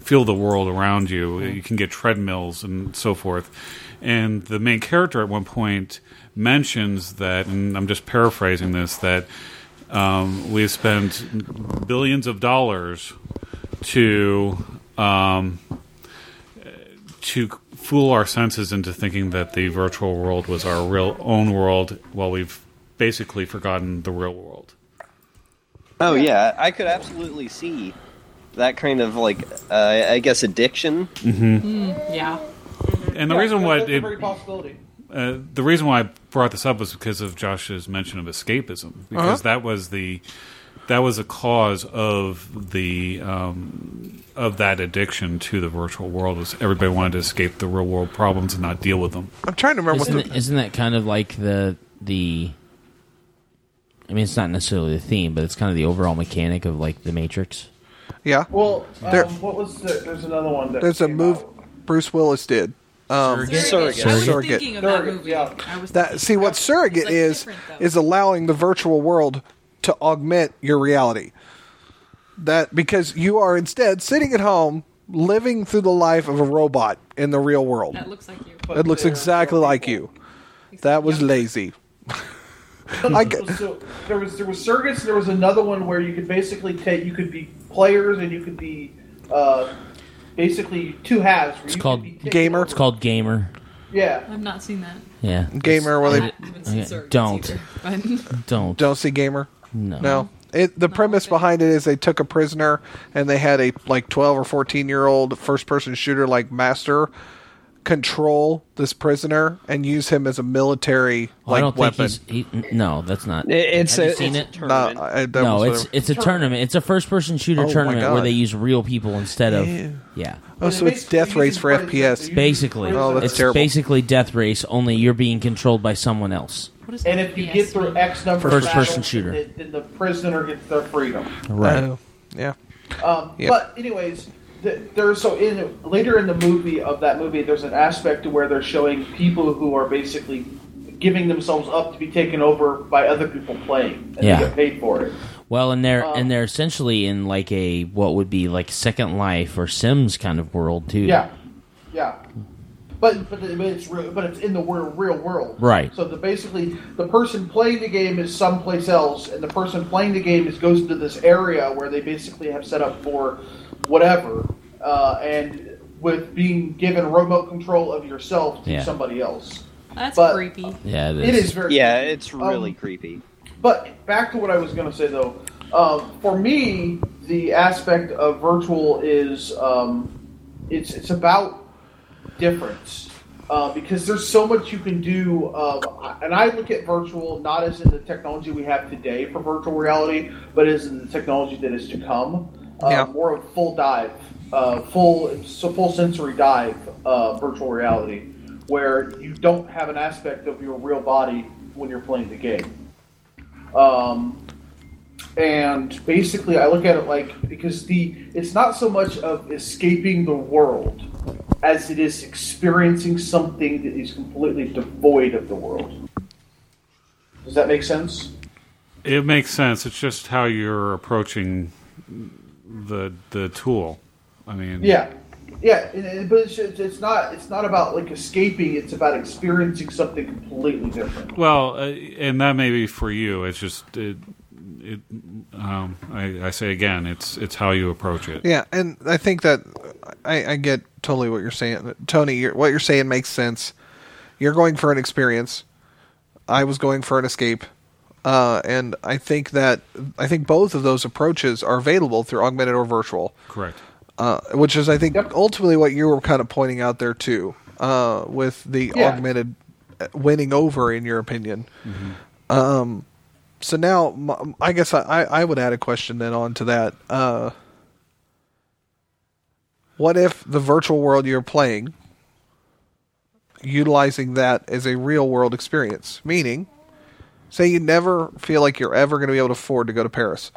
[SPEAKER 7] feel the world around you. You can get treadmills and so forth. And the main character at one point mentions that, and I'm just paraphrasing this, that um, we've spent billions of dollars to um, to fool our senses into thinking that the virtual world was our real own world, while we've basically forgotten the real world.
[SPEAKER 5] Oh yeah, I could absolutely see that kind of like uh, I guess addiction.
[SPEAKER 6] Yeah.
[SPEAKER 7] And the reason why
[SPEAKER 4] that's a
[SPEAKER 7] it,
[SPEAKER 4] very possibility.
[SPEAKER 7] uh, the reason why I brought this up was because of Josh's mention of escapism, because that was the that was a cause of the um, of that addiction to the virtual world. Was everybody wanted to escape the real world problems and not deal with them?
[SPEAKER 2] I'm trying to remember what
[SPEAKER 1] Isn't,
[SPEAKER 2] the
[SPEAKER 1] it- isn't that kind of like the the? I mean, it's not necessarily the theme, but it's kind of the overall mechanic of like the Matrix.
[SPEAKER 2] yeah.
[SPEAKER 4] Well,
[SPEAKER 2] There-
[SPEAKER 4] um, what was the, there's another one that
[SPEAKER 2] There's a
[SPEAKER 4] came
[SPEAKER 2] move
[SPEAKER 4] out.
[SPEAKER 2] Bruce Willis did. Um,
[SPEAKER 5] Surrogate.
[SPEAKER 6] I was
[SPEAKER 2] Surrogate.
[SPEAKER 6] thinking of that
[SPEAKER 4] Surrogate,
[SPEAKER 6] movie.
[SPEAKER 4] yeah.
[SPEAKER 6] I was
[SPEAKER 2] that see what surrogate
[SPEAKER 6] like
[SPEAKER 2] is
[SPEAKER 6] different, though.
[SPEAKER 2] is allowing the virtual world to augment your reality. That because you are instead sitting at home living through the life of a robot in the real world.
[SPEAKER 6] That looks like you.
[SPEAKER 2] It looks
[SPEAKER 4] They're-
[SPEAKER 2] exactly like you. That was lazy. I g-
[SPEAKER 4] So there was there was surrogates. There was another one where you could basically take you could be players and you could be uh, basically two halves. where you could
[SPEAKER 1] called
[SPEAKER 4] be taken
[SPEAKER 2] gamer.
[SPEAKER 4] over.
[SPEAKER 1] It's called Gamer.
[SPEAKER 4] Yeah,
[SPEAKER 6] I've not seen that.
[SPEAKER 1] Yeah,
[SPEAKER 2] gamer where they
[SPEAKER 6] I haven't seen
[SPEAKER 1] Okay,
[SPEAKER 6] Surrogates
[SPEAKER 1] don't.
[SPEAKER 6] either, but-
[SPEAKER 1] don't
[SPEAKER 2] don't see gamer.
[SPEAKER 1] no.
[SPEAKER 2] No. It, the premise behind it is they took a prisoner and they had a like 12 or 14 year old first person shooter like master control this prisoner and use him as a military
[SPEAKER 1] Well, I
[SPEAKER 2] like
[SPEAKER 1] don't
[SPEAKER 2] weapon.
[SPEAKER 1] think he's. He, n- no, that's not.
[SPEAKER 5] It, it's
[SPEAKER 1] Have
[SPEAKER 5] a,
[SPEAKER 1] you seen
[SPEAKER 5] it's
[SPEAKER 1] it?
[SPEAKER 2] No,
[SPEAKER 5] a tournament.
[SPEAKER 2] I- uh, that
[SPEAKER 1] no,
[SPEAKER 2] was
[SPEAKER 1] it's
[SPEAKER 2] what it-
[SPEAKER 1] it's a tournament. It's a first person shooter
[SPEAKER 2] Oh, my
[SPEAKER 1] tournament where
[SPEAKER 2] God.
[SPEAKER 1] they use real people instead of yeah.
[SPEAKER 2] oh, so it's death race for FPS.
[SPEAKER 1] Basically,
[SPEAKER 2] Oh, that's
[SPEAKER 1] it's
[SPEAKER 2] terrible.
[SPEAKER 1] basically death race. Only you're being controlled by someone else.
[SPEAKER 6] What is
[SPEAKER 4] And if you
[SPEAKER 6] FPS?
[SPEAKER 4] get through X number of
[SPEAKER 1] First-person
[SPEAKER 4] battles,
[SPEAKER 1] shooter.
[SPEAKER 4] then, then the prisoner gets their freedom.
[SPEAKER 1] Right.
[SPEAKER 2] Oh, yeah.
[SPEAKER 4] Um,
[SPEAKER 2] Yeah.
[SPEAKER 4] But anyways, th- there's so in later in the movie of that movie, there's an aspect to where they're showing people who are basically giving themselves up to be taken over by other people playing, and
[SPEAKER 1] Yeah.
[SPEAKER 4] they get paid for it.
[SPEAKER 1] Well, and they're
[SPEAKER 4] Um,
[SPEAKER 1] and they're essentially in like a what would be like Second Life or Sims kind of world too.
[SPEAKER 4] Yeah, yeah. But but, the, but it's real, but it's in the real, real world,
[SPEAKER 1] Right.
[SPEAKER 4] So the basically the person playing the game is someplace else, and the person playing the game is goes into this area where they basically have set up for whatever, uh, and with being given remote control of yourself to
[SPEAKER 1] Yeah.
[SPEAKER 4] somebody else.
[SPEAKER 6] That's
[SPEAKER 4] but-
[SPEAKER 6] creepy.
[SPEAKER 1] yeah, it is.
[SPEAKER 4] It is very
[SPEAKER 5] yeah, it's really
[SPEAKER 4] Um,
[SPEAKER 5] creepy.
[SPEAKER 4] but back to what I was going to say though, um, for me, the aspect of virtual is um, it's it's about difference uh, because there's so much you can do. Uh, and I look at virtual not as in the technology we have today for virtual reality, but as in the technology that is to come. Uh,
[SPEAKER 2] Yeah.
[SPEAKER 4] More of full dive, uh, full so full sensory dive, uh, virtual reality, where you don't have an aspect of your real body when you're playing the game. Um, and basically, I look at it like because the it's not so much of escaping the world as it is experiencing something that is completely devoid of the world. Does that make sense?
[SPEAKER 7] It makes sense. It's just how you're approaching the the tool. I mean,
[SPEAKER 4] Yeah, yeah. and- and- but it's, just, it's not it's not about like escaping. It's about experiencing something completely different.
[SPEAKER 7] Well, uh, and that may be for you. It's just it. it um, I, I say again, it's it's how you approach it.
[SPEAKER 2] Yeah, and I think that I, I get totally what you're saying, Tony. You're, what you're saying makes sense. You're going for an experience. I was going for an escape, uh, and I think that I think both of those approaches are available through augmented or virtual,
[SPEAKER 7] Correct.
[SPEAKER 2] uh, which is I think
[SPEAKER 4] Yep.
[SPEAKER 2] ultimately what you were kind of pointing out there too, uh, with the
[SPEAKER 4] Yeah.
[SPEAKER 2] augmented uh, winning over, in your opinion. Um,
[SPEAKER 4] Mm-hmm.
[SPEAKER 2] so now, m- I guess I, I I would add a question then on to that. Uh, what if the virtual world you're playing utilizing that as a real world experience meaning say you never feel like you're ever going to be able to afford to go to paris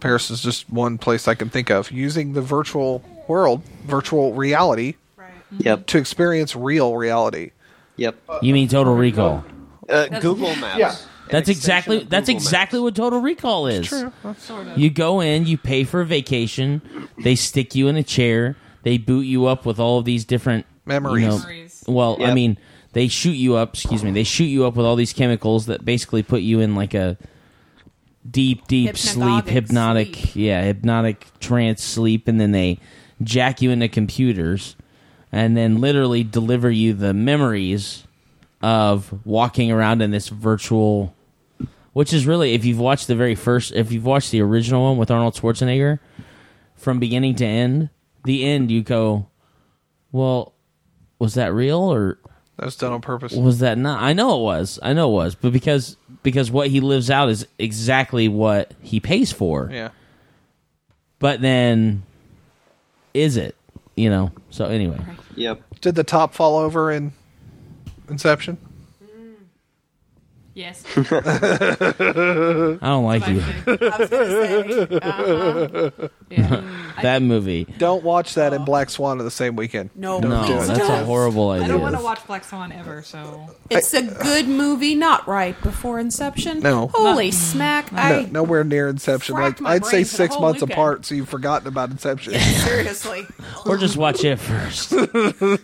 [SPEAKER 2] paris is just one place i can think of using the virtual world virtual reality
[SPEAKER 5] Yep.
[SPEAKER 2] to experience real reality
[SPEAKER 5] Yep.
[SPEAKER 1] You mean Total Recall?
[SPEAKER 5] Uh, Google Maps.
[SPEAKER 4] Yeah.
[SPEAKER 5] An
[SPEAKER 1] uh, That's
[SPEAKER 5] extension
[SPEAKER 1] exactly
[SPEAKER 5] of
[SPEAKER 1] that's
[SPEAKER 5] Google
[SPEAKER 1] exactly
[SPEAKER 5] Maps.
[SPEAKER 1] what Total Recall is.
[SPEAKER 6] Sort of.
[SPEAKER 1] You go in, you pay for a vacation, they stick you in a chair, they boot you up with all of these different
[SPEAKER 2] Memories.
[SPEAKER 1] you know-
[SPEAKER 6] Memories.
[SPEAKER 1] well, I
[SPEAKER 5] Yep.
[SPEAKER 1] mean, they shoot you up. Excuse me, they shoot you up with all these chemicals that basically put you in like a deep, deep sleep,
[SPEAKER 3] Hypnagogic
[SPEAKER 1] hypnotic,
[SPEAKER 3] sleep.
[SPEAKER 1] yeah, hypnotic trance sleep, and then they jack you into computers, and then literally deliver you the memories of walking around in this virtual which is really if you've watched the very first if you've watched the original one with Arnold Schwarzenegger from beginning to end, the end you go, well, was that real or
[SPEAKER 2] That was done on purpose.
[SPEAKER 1] was that not? I know it was. I know it was, but because because what he lives out is exactly what he pays for.
[SPEAKER 2] Yeah.
[SPEAKER 1] But then, is it? You know. So anyway,
[SPEAKER 5] Yep.
[SPEAKER 2] Did the top fall over in Inception?
[SPEAKER 6] Yes.
[SPEAKER 1] I don't like you.
[SPEAKER 3] I was gonna say,
[SPEAKER 6] yeah.
[SPEAKER 1] That movie.
[SPEAKER 2] Don't watch that
[SPEAKER 3] Uh,
[SPEAKER 2] in Black Swan in the same weekend.
[SPEAKER 3] no,
[SPEAKER 1] No,
[SPEAKER 3] please
[SPEAKER 1] that's a
[SPEAKER 3] don't.
[SPEAKER 1] horrible idea.
[SPEAKER 6] I don't want to watch Black Swan ever, so
[SPEAKER 3] It's a good movie, not right before Inception.
[SPEAKER 2] No.
[SPEAKER 3] holy smack! I
[SPEAKER 2] No, nowhere near Inception. Like
[SPEAKER 3] Fracked my
[SPEAKER 2] I'd say
[SPEAKER 3] brain for the
[SPEAKER 2] six
[SPEAKER 3] whole
[SPEAKER 2] months
[SPEAKER 3] weekend.
[SPEAKER 2] apart, so you've forgotten about Inception.
[SPEAKER 3] seriously,
[SPEAKER 1] or just watch it first.
[SPEAKER 6] all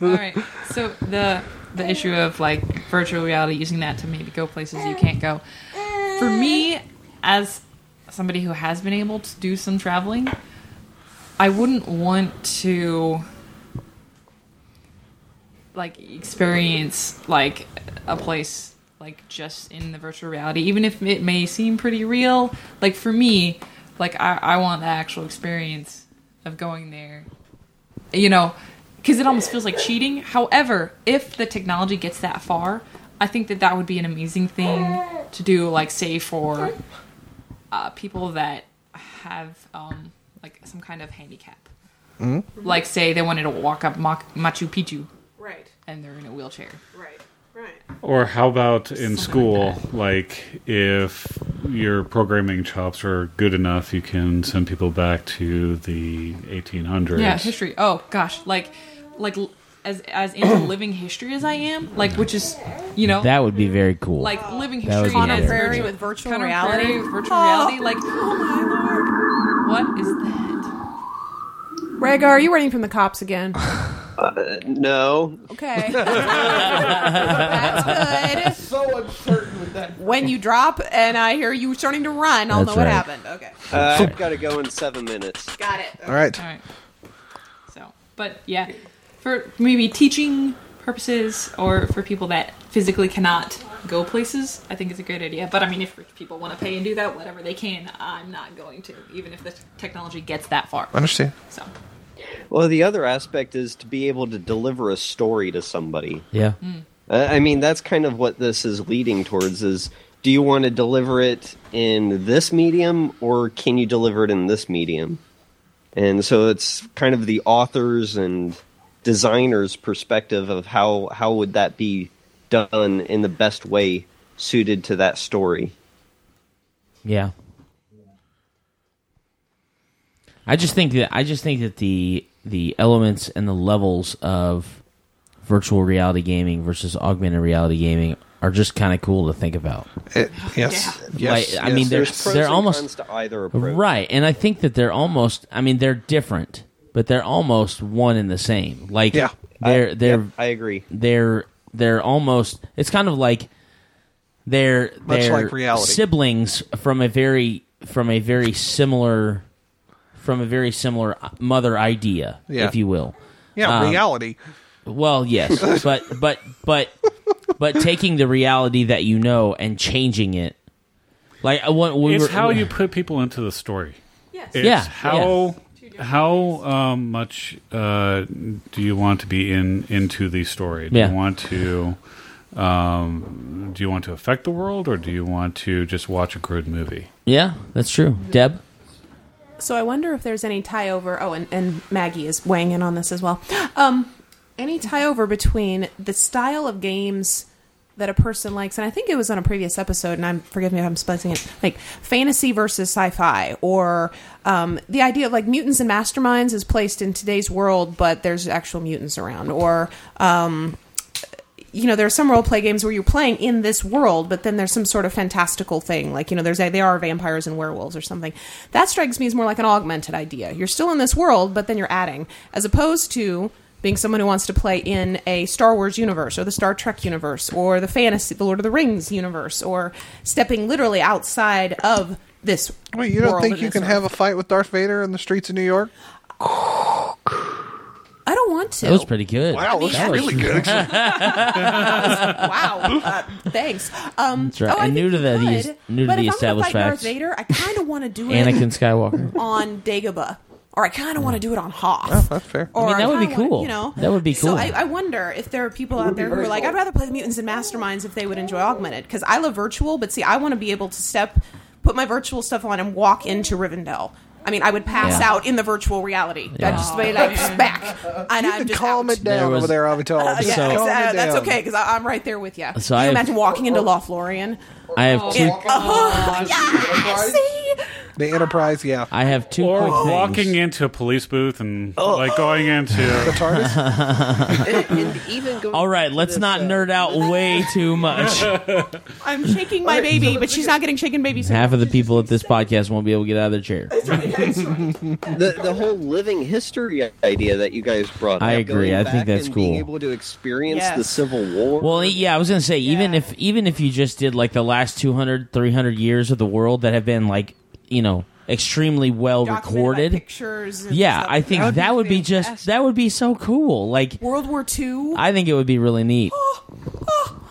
[SPEAKER 6] right. So the the issue of like virtual reality using that to maybe go places you can't go. For me, as somebody who has been able to do some traveling, I wouldn't want to like experience like a place like just in the virtual reality even if it may seem pretty real like for me like i, I want the actual experience of going there you know, because it almost feels like cheating. However, if the technology gets that far, I think that that would be an amazing thing to do, like, say, for uh, people that have, um, like, some kind of handicap. Like, say, they wanted to walk up Ma- Machu Picchu
[SPEAKER 3] right,
[SPEAKER 6] and they're in a wheelchair.
[SPEAKER 3] right, right.
[SPEAKER 7] Or how about in school, like if your programming chops are good enough, you can send people back to the 1800s.
[SPEAKER 6] Yeah, history. Oh gosh, like, like l- as as into living history as I am, like, which is, you know,
[SPEAKER 1] That would be very cool.
[SPEAKER 6] like living
[SPEAKER 1] That would
[SPEAKER 6] history
[SPEAKER 1] be Connor
[SPEAKER 6] as
[SPEAKER 1] Prairie
[SPEAKER 6] virtual-
[SPEAKER 3] with virtual
[SPEAKER 6] Connor
[SPEAKER 3] reality.
[SPEAKER 6] Prairie with virtual
[SPEAKER 3] Oh.
[SPEAKER 6] reality, like. What is that?
[SPEAKER 3] Reg, are you running from the cops again?
[SPEAKER 5] Uh, No.
[SPEAKER 3] Okay. That's good.
[SPEAKER 4] So uncertain with that.
[SPEAKER 3] When you drop and I hear you starting to run, I'll
[SPEAKER 1] That's
[SPEAKER 3] know what
[SPEAKER 1] right.
[SPEAKER 3] happened. Okay.
[SPEAKER 5] Uh, I've got to go in seven minutes.
[SPEAKER 3] Got it.
[SPEAKER 2] All right.
[SPEAKER 6] All right. So, but yeah, for maybe teaching purposes or for people that physically cannot go places, I think it's a great idea. But I mean, if rich people want to pay and do that, whatever they can, I'm not going to, even if the technology gets that far.
[SPEAKER 2] Understand.
[SPEAKER 6] So,
[SPEAKER 5] Well, the other aspect is to be able to deliver a story to somebody.
[SPEAKER 1] yeah.
[SPEAKER 5] Uh, I mean, that's kind of what this is leading towards is do you want to deliver it in this medium or can you deliver it in this medium? And so it's kind of the author's and designer's perspective of how how would that be done in the best way suited to that story.
[SPEAKER 1] Yeah. I just think that I just think that the the elements and the levels of virtual reality gaming versus augmented reality gaming are just kind of cool to think about.
[SPEAKER 2] It- yes. Yes.
[SPEAKER 1] Like, I mean, there's-
[SPEAKER 2] yes.
[SPEAKER 5] There's pros
[SPEAKER 1] They're
[SPEAKER 5] and
[SPEAKER 1] almost-
[SPEAKER 5] cons to either approach.
[SPEAKER 1] Right. And I think that they're almost I mean they're different, but they're almost one and the same. Like
[SPEAKER 2] Yeah.
[SPEAKER 1] they're they're
[SPEAKER 5] Yep, I agree.
[SPEAKER 1] they're they're almost it's kind of like they're
[SPEAKER 2] Much
[SPEAKER 1] they're
[SPEAKER 2] like reality.
[SPEAKER 1] siblings from a very from a very similar from a very similar mother idea
[SPEAKER 2] Yeah.
[SPEAKER 1] if you will
[SPEAKER 2] yeah.
[SPEAKER 1] um,
[SPEAKER 2] reality.
[SPEAKER 1] well yes but but but but taking the reality that you know and changing it like I want we
[SPEAKER 7] It's
[SPEAKER 1] were,
[SPEAKER 7] how you put people into the story.
[SPEAKER 3] Yes.
[SPEAKER 7] It's
[SPEAKER 1] Yeah,
[SPEAKER 7] How how um, much uh, do you want to be in into the story? Do
[SPEAKER 1] Yeah.
[SPEAKER 7] you want to um, do you want to affect the world, or do you want to just watch a good movie?
[SPEAKER 1] yeah that's true deb
[SPEAKER 3] So I wonder if there's any tie over. Oh, and, and Maggie is weighing in on this as well. Um, any tie over between the style of games that a person likes, and I think it was on a previous episode, and I'm forgive me if I'm splicing it, like fantasy versus sci-fi, or um, the idea of like mutants and masterminds is placed in today's world, but there's actual mutants around, or you know, there are some role play games where you're playing in this world, but then there's some sort of fantastical thing, like you know, there's they are vampires and werewolves or something. That strikes me as more like an augmented idea. You're still in this world, but then you're adding, as opposed to being someone who wants to play in a Star Wars universe or the Star Trek universe or the fantasy, the Lord of the Rings universe, or stepping literally outside of this.
[SPEAKER 2] Wait, you don't
[SPEAKER 3] world
[SPEAKER 2] think
[SPEAKER 3] and
[SPEAKER 2] you
[SPEAKER 3] this
[SPEAKER 2] can
[SPEAKER 3] world.
[SPEAKER 2] have a fight with Darth Vader in the streets of New York?
[SPEAKER 3] I don't want to.
[SPEAKER 1] that was pretty good
[SPEAKER 2] Wow, that's
[SPEAKER 1] That was-
[SPEAKER 2] really good.
[SPEAKER 3] wow. Uh, thanks. Um,
[SPEAKER 1] That's right.
[SPEAKER 3] oh, I
[SPEAKER 1] And
[SPEAKER 3] think
[SPEAKER 1] new to
[SPEAKER 3] you
[SPEAKER 1] the-
[SPEAKER 3] could,
[SPEAKER 1] these- new to
[SPEAKER 3] but
[SPEAKER 1] the
[SPEAKER 3] if I'm gonna
[SPEAKER 1] established
[SPEAKER 3] fight Darth
[SPEAKER 1] facts.
[SPEAKER 3] Vader, I kind of want to do it.
[SPEAKER 1] anakin skywalker
[SPEAKER 3] on Dagobah or I kind of want to do it on Hoth.
[SPEAKER 2] Hmm. Oh, that's fair.
[SPEAKER 3] Or
[SPEAKER 1] I mean, that would be
[SPEAKER 3] kinda wanna-
[SPEAKER 1] cool.
[SPEAKER 3] you know,
[SPEAKER 1] That would be
[SPEAKER 3] So
[SPEAKER 1] cool.
[SPEAKER 3] I, I wonder if there are people out there who are like, I'd rather play the mutants and masterminds if they would enjoy augmented because I love virtual, but see, I want to be able to step, put my virtual stuff on and walk into Rivendell. I mean, I would pass
[SPEAKER 1] Yeah.
[SPEAKER 3] out in the virtual reality. I'd just be like, back, and
[SPEAKER 2] You
[SPEAKER 3] I'm
[SPEAKER 2] can
[SPEAKER 3] just
[SPEAKER 2] calm
[SPEAKER 3] out.
[SPEAKER 2] it down
[SPEAKER 1] There was-
[SPEAKER 2] over there, Avital.
[SPEAKER 3] Uh,
[SPEAKER 2] Just
[SPEAKER 3] yeah,
[SPEAKER 2] calm
[SPEAKER 3] exa-
[SPEAKER 2] it
[SPEAKER 3] that's
[SPEAKER 2] down. Oh.
[SPEAKER 3] okay because I'm right there with you.
[SPEAKER 1] So
[SPEAKER 3] Can you
[SPEAKER 1] I've-
[SPEAKER 3] imagine walking into Lothlorien? Oh,
[SPEAKER 1] I have two.
[SPEAKER 4] Walking along the enterprise.
[SPEAKER 3] See,
[SPEAKER 2] The Enterprise, yeah.
[SPEAKER 1] I have two
[SPEAKER 7] Or
[SPEAKER 1] quick things.
[SPEAKER 7] walking into a police booth and
[SPEAKER 6] Oh.
[SPEAKER 7] like going into
[SPEAKER 2] TARDIS?
[SPEAKER 5] and, and even going
[SPEAKER 1] All right, let's
[SPEAKER 5] uh,
[SPEAKER 1] not nerd out way too much.
[SPEAKER 3] I'm shaking my baby, but she's not getting shaken baby. syndrome.
[SPEAKER 1] Half of the people at this podcast won't be able to get out of their chair.
[SPEAKER 5] the, the whole living history idea that you guys brought.
[SPEAKER 1] I
[SPEAKER 5] up,
[SPEAKER 1] agree.
[SPEAKER 5] going
[SPEAKER 1] I think
[SPEAKER 5] back
[SPEAKER 1] that's
[SPEAKER 5] and Being
[SPEAKER 1] cool.
[SPEAKER 5] able to experience
[SPEAKER 3] Yes.
[SPEAKER 5] the Civil War.
[SPEAKER 1] Well, yeah, I was going to say even
[SPEAKER 6] Yeah.
[SPEAKER 1] if even if you just did like the last 200 300 years of the world that have been like, you know, extremely well
[SPEAKER 3] Documented by
[SPEAKER 1] recorded.
[SPEAKER 3] pictures. and
[SPEAKER 1] Yeah,
[SPEAKER 3] stuff.
[SPEAKER 1] I think
[SPEAKER 6] That would
[SPEAKER 1] that
[SPEAKER 6] be
[SPEAKER 1] would be just
[SPEAKER 6] fantastic.
[SPEAKER 1] that would be so cool. Like
[SPEAKER 3] World War II.
[SPEAKER 1] I think it would be really neat.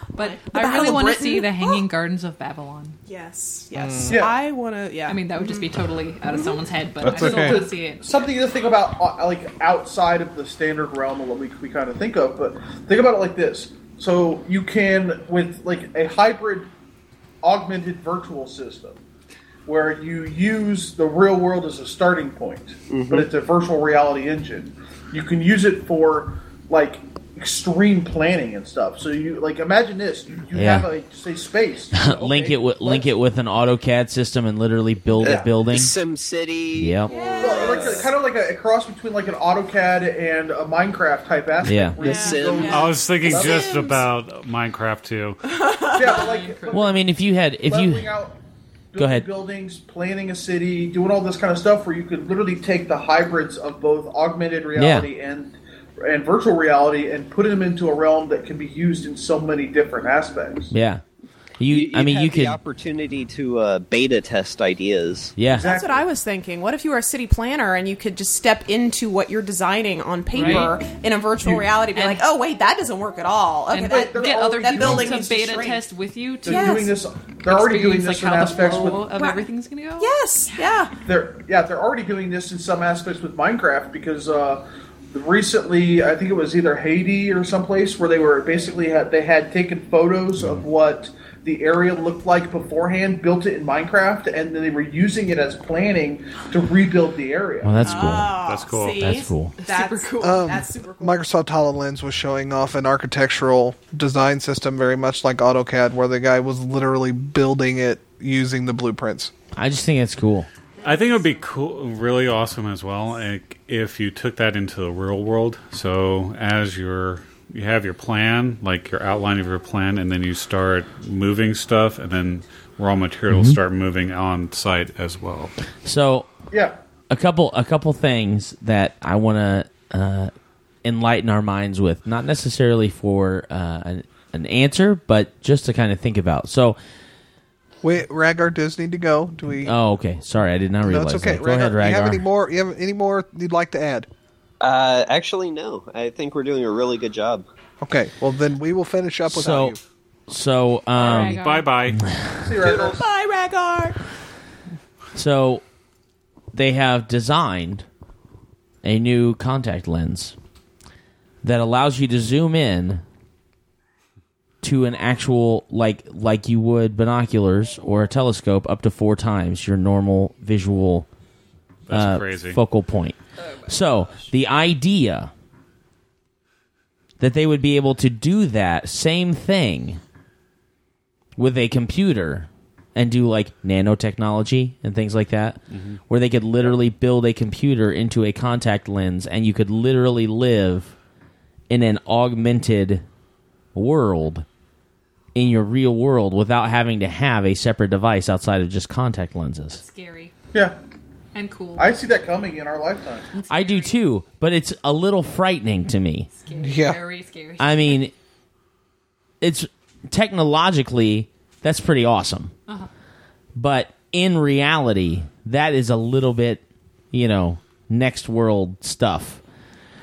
[SPEAKER 6] But
[SPEAKER 3] The
[SPEAKER 6] I
[SPEAKER 3] Battle
[SPEAKER 6] really
[SPEAKER 3] of
[SPEAKER 6] want to
[SPEAKER 3] Britain? Oh!
[SPEAKER 6] see the Hanging Gardens of Babylon.
[SPEAKER 3] yes, yes.
[SPEAKER 4] Yeah.
[SPEAKER 3] I want to. Yeah,
[SPEAKER 6] I mean, that would just be
[SPEAKER 3] Mm-hmm.
[SPEAKER 6] totally out of someone's head, but I
[SPEAKER 2] That's
[SPEAKER 6] still
[SPEAKER 2] okay.
[SPEAKER 6] want to see it.
[SPEAKER 4] something to think about, uh, like outside of the standard realm of what we, we kind of think of. But think about it like this: so you can, with like a hybrid, augmented virtual system, where you use the real world as a starting point,
[SPEAKER 1] Mm-hmm.
[SPEAKER 4] but it's a virtual reality engine. You can use it for like extreme planning and stuff. So you like imagine this: you, you
[SPEAKER 1] Yeah.
[SPEAKER 4] have a say space,
[SPEAKER 1] link
[SPEAKER 4] Okay,
[SPEAKER 1] it with link
[SPEAKER 4] let's-
[SPEAKER 1] it with an AutoCAD system and literally build a
[SPEAKER 4] Yeah.
[SPEAKER 1] building.
[SPEAKER 5] Sim City.
[SPEAKER 1] Yep.
[SPEAKER 4] Well, like a, kind of like a, a cross between like an AutoCAD and a Minecraft type aspect.
[SPEAKER 1] Yeah.
[SPEAKER 4] where you
[SPEAKER 5] The
[SPEAKER 4] can
[SPEAKER 5] Sims.
[SPEAKER 4] go-
[SPEAKER 7] I was thinking
[SPEAKER 4] Sims.
[SPEAKER 7] just about Minecraft too.
[SPEAKER 4] Yeah, but like
[SPEAKER 1] Well, I mean, if you had if
[SPEAKER 4] leveling
[SPEAKER 1] you
[SPEAKER 4] out, building
[SPEAKER 1] ahead.
[SPEAKER 4] Buildings, planning a city, doing all this kind of stuff, where you could literally take the hybrids of both augmented reality and and virtual reality and put them into a realm that can be used in so many different aspects.
[SPEAKER 1] yeah. You,
[SPEAKER 5] You,
[SPEAKER 1] I mean,
[SPEAKER 5] had
[SPEAKER 1] you
[SPEAKER 5] the
[SPEAKER 1] could
[SPEAKER 5] opportunity to uh, beta test ideas.
[SPEAKER 1] yeah.
[SPEAKER 3] that's what I was thinking. What if you were a city planner and you could just step into what you're designing on paper in a virtual reality? Be
[SPEAKER 6] and-
[SPEAKER 3] like, oh wait, that doesn't work at all. Okay,
[SPEAKER 6] And
[SPEAKER 3] that,
[SPEAKER 4] they're
[SPEAKER 6] get
[SPEAKER 4] all-
[SPEAKER 6] other
[SPEAKER 3] that
[SPEAKER 6] people
[SPEAKER 3] building
[SPEAKER 6] to
[SPEAKER 3] needs to
[SPEAKER 6] beta
[SPEAKER 3] shrink.
[SPEAKER 6] test with you to
[SPEAKER 4] They're
[SPEAKER 3] Yes.
[SPEAKER 4] doing this. They're already doing
[SPEAKER 6] experience
[SPEAKER 4] this
[SPEAKER 6] like
[SPEAKER 4] in
[SPEAKER 6] how the
[SPEAKER 4] aspects
[SPEAKER 6] flow
[SPEAKER 4] with.
[SPEAKER 6] of
[SPEAKER 3] Right.
[SPEAKER 6] everything's going to go.
[SPEAKER 3] yes, yeah.
[SPEAKER 4] They're yeah, they're already doing this in some aspects with Minecraft because. Uh, Recently, I think it was either Haiti or someplace where they were basically had, they had taken photos of what the area looked like beforehand, built it in Minecraft, and then they were using it as planning to rebuild the area.
[SPEAKER 1] Well, that's cool.
[SPEAKER 7] That's cool.
[SPEAKER 3] See?
[SPEAKER 1] That's cool.
[SPEAKER 3] That's um, super cool. that's super cool.
[SPEAKER 2] Microsoft HoloLens was showing off an architectural design system very much like AutoCAD, where the guy was literally building it using the blueprints.
[SPEAKER 1] I just think it's cool.
[SPEAKER 7] I think it would be cool, really awesome as well, like, if you took that into the real world. So as your you have your plan, like your outline of your plan, and then you start moving stuff, and then raw materials start moving on site as well.
[SPEAKER 1] So
[SPEAKER 4] Yeah.
[SPEAKER 1] a couple a couple things that I want to uh, enlighten our minds with, not necessarily for uh, an, an answer, but just to kind of think about. So,
[SPEAKER 2] Wait, Ragar does need to go. Do we?
[SPEAKER 1] oh, okay. Sorry, I did not
[SPEAKER 2] no,
[SPEAKER 1] realize.
[SPEAKER 2] it's okay.
[SPEAKER 1] that. Go ahead,
[SPEAKER 2] Ragar,
[SPEAKER 1] Ragar.
[SPEAKER 2] you have any more? You have any more you'd like to add?
[SPEAKER 5] Uh, actually, no. I think we're doing a really good job.
[SPEAKER 2] Okay. Well, then we will finish up without
[SPEAKER 1] so,
[SPEAKER 2] you.
[SPEAKER 1] so,
[SPEAKER 6] All
[SPEAKER 1] um,
[SPEAKER 6] right, guys.
[SPEAKER 7] Bye bye.
[SPEAKER 4] See you later.
[SPEAKER 3] Bye, Ragar.
[SPEAKER 1] so they have designed a new contact lens that allows you to zoom in to an actual like like you would binoculars or a telescope up to four times your normal visual
[SPEAKER 7] That's
[SPEAKER 1] uh,
[SPEAKER 7] crazy.
[SPEAKER 1] focal point. so the idea that they would be able to do that same thing with a computer and do like nanotechnology and things like that, where they could literally build a computer into a contact lens and you could literally live in an augmented world in your real world without having to have a separate device outside of just contact lenses.
[SPEAKER 6] Scary
[SPEAKER 4] Yeah.
[SPEAKER 6] and cool.
[SPEAKER 4] I see that coming in our lifetime.
[SPEAKER 1] I do too, but it's a little frightening to me.
[SPEAKER 6] Scary.
[SPEAKER 2] Yeah.
[SPEAKER 6] Very scary.
[SPEAKER 1] I mean, it's technologically that's pretty awesome, but in reality, that is a little bit, you know, next world stuff.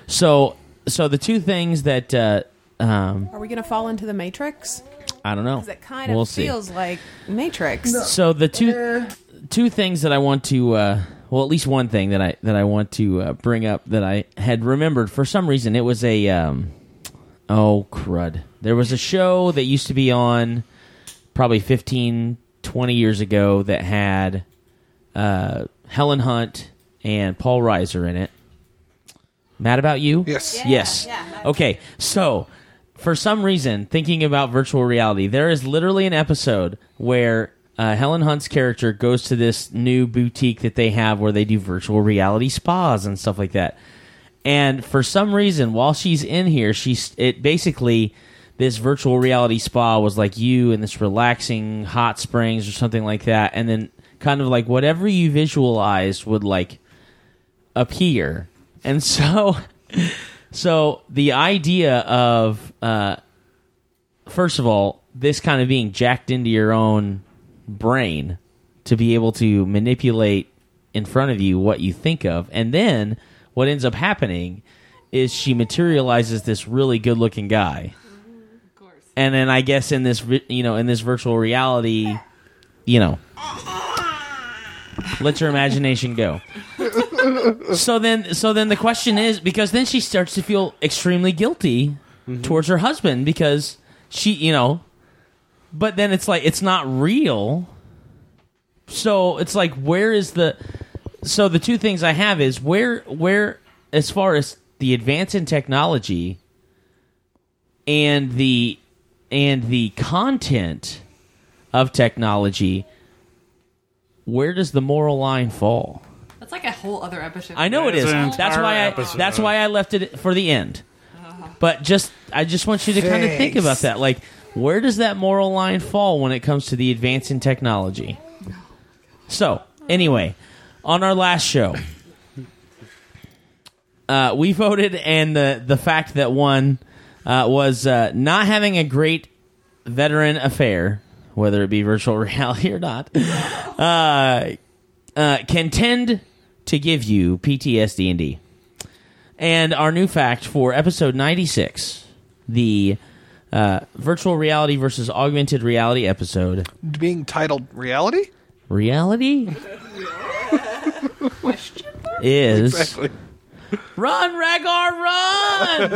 [SPEAKER 1] So, so the two things that uh, um,
[SPEAKER 3] Are we gonna fall into the Matrix?
[SPEAKER 1] I don't know,
[SPEAKER 3] Because it kind of
[SPEAKER 1] we'll see.
[SPEAKER 3] feels like Matrix.
[SPEAKER 1] So the two two things that I want to uh, well, at least one thing that I that I want to uh, bring up that I had remembered for some reason. It was a um, oh crud. There was a show that used to be on probably 15, 20 years ago that had uh, Helen Hunt and Paul Reiser in it. Mad about you?
[SPEAKER 2] Yes. Yeah,
[SPEAKER 1] yes.
[SPEAKER 8] yeah, Mad
[SPEAKER 1] okay. So, for some reason, thinking about virtual reality, there is literally an episode where uh, Helen Hunt's character goes to this new boutique that they have where they do virtual reality spas and stuff like that. And for some reason, while she's in here, she's it basically this virtual reality spa was like you in this relaxing hot springs or something like that, and then kind of like whatever you visualized would like appear. And so so the idea of uh first of all, this kind of being jacked into your own brain to be able to manipulate in front of you what you think of. And then what ends up happening is she materializes this really good looking guy. And then I guess in this, vi- you know, in this virtual reality, you know, let your imagination go. so then, so then the question is because then she starts to feel extremely guilty towards her husband because she, you know, but then it's like it's not real. So it's like where is the so the two things I have is where where as far as the advance in technology and the and the content of technology where does the moral line fall?
[SPEAKER 6] That's like a whole other episode.
[SPEAKER 1] I know it
[SPEAKER 7] It's
[SPEAKER 1] is.
[SPEAKER 7] an
[SPEAKER 1] That's
[SPEAKER 7] entire
[SPEAKER 1] why I
[SPEAKER 7] episode.
[SPEAKER 1] that's why I left it for the end. But just I just want you to kind of think about that. Like where does that moral line fall when it comes to the advance in technology? So, anyway, on our last show, uh, we voted and the the fact that won uh, was uh, not having a great veteran affair, whether it be virtual reality or not. uh, can tend to give you PTSD and D. And our new fact for episode 96, the uh, virtual reality versus augmented reality episode.
[SPEAKER 2] Being titled reality?
[SPEAKER 1] Reality is
[SPEAKER 2] Exactly.
[SPEAKER 1] run, Ragar, run!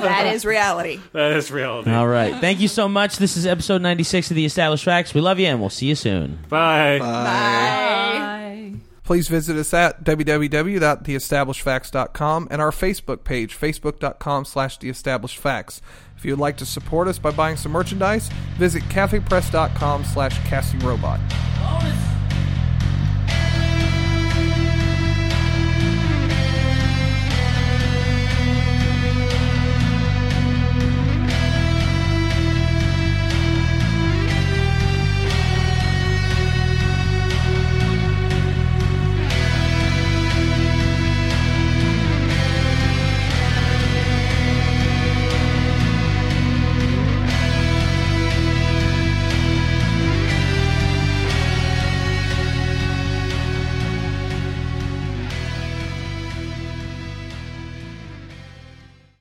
[SPEAKER 8] that is reality.
[SPEAKER 7] That is reality.
[SPEAKER 1] All right. Thank you so much. This is episode 96 of the Established Facts. We love you, and we'll see you soon.
[SPEAKER 7] Bye.
[SPEAKER 6] Bye.
[SPEAKER 2] Please visit us at www.theestablishedfacts.com and our Facebook page, facebook.com slash theestablishedfacts. If you would like to support us by buying some merchandise, visit cafepress.com slash castrobot.
[SPEAKER 1] Bonus.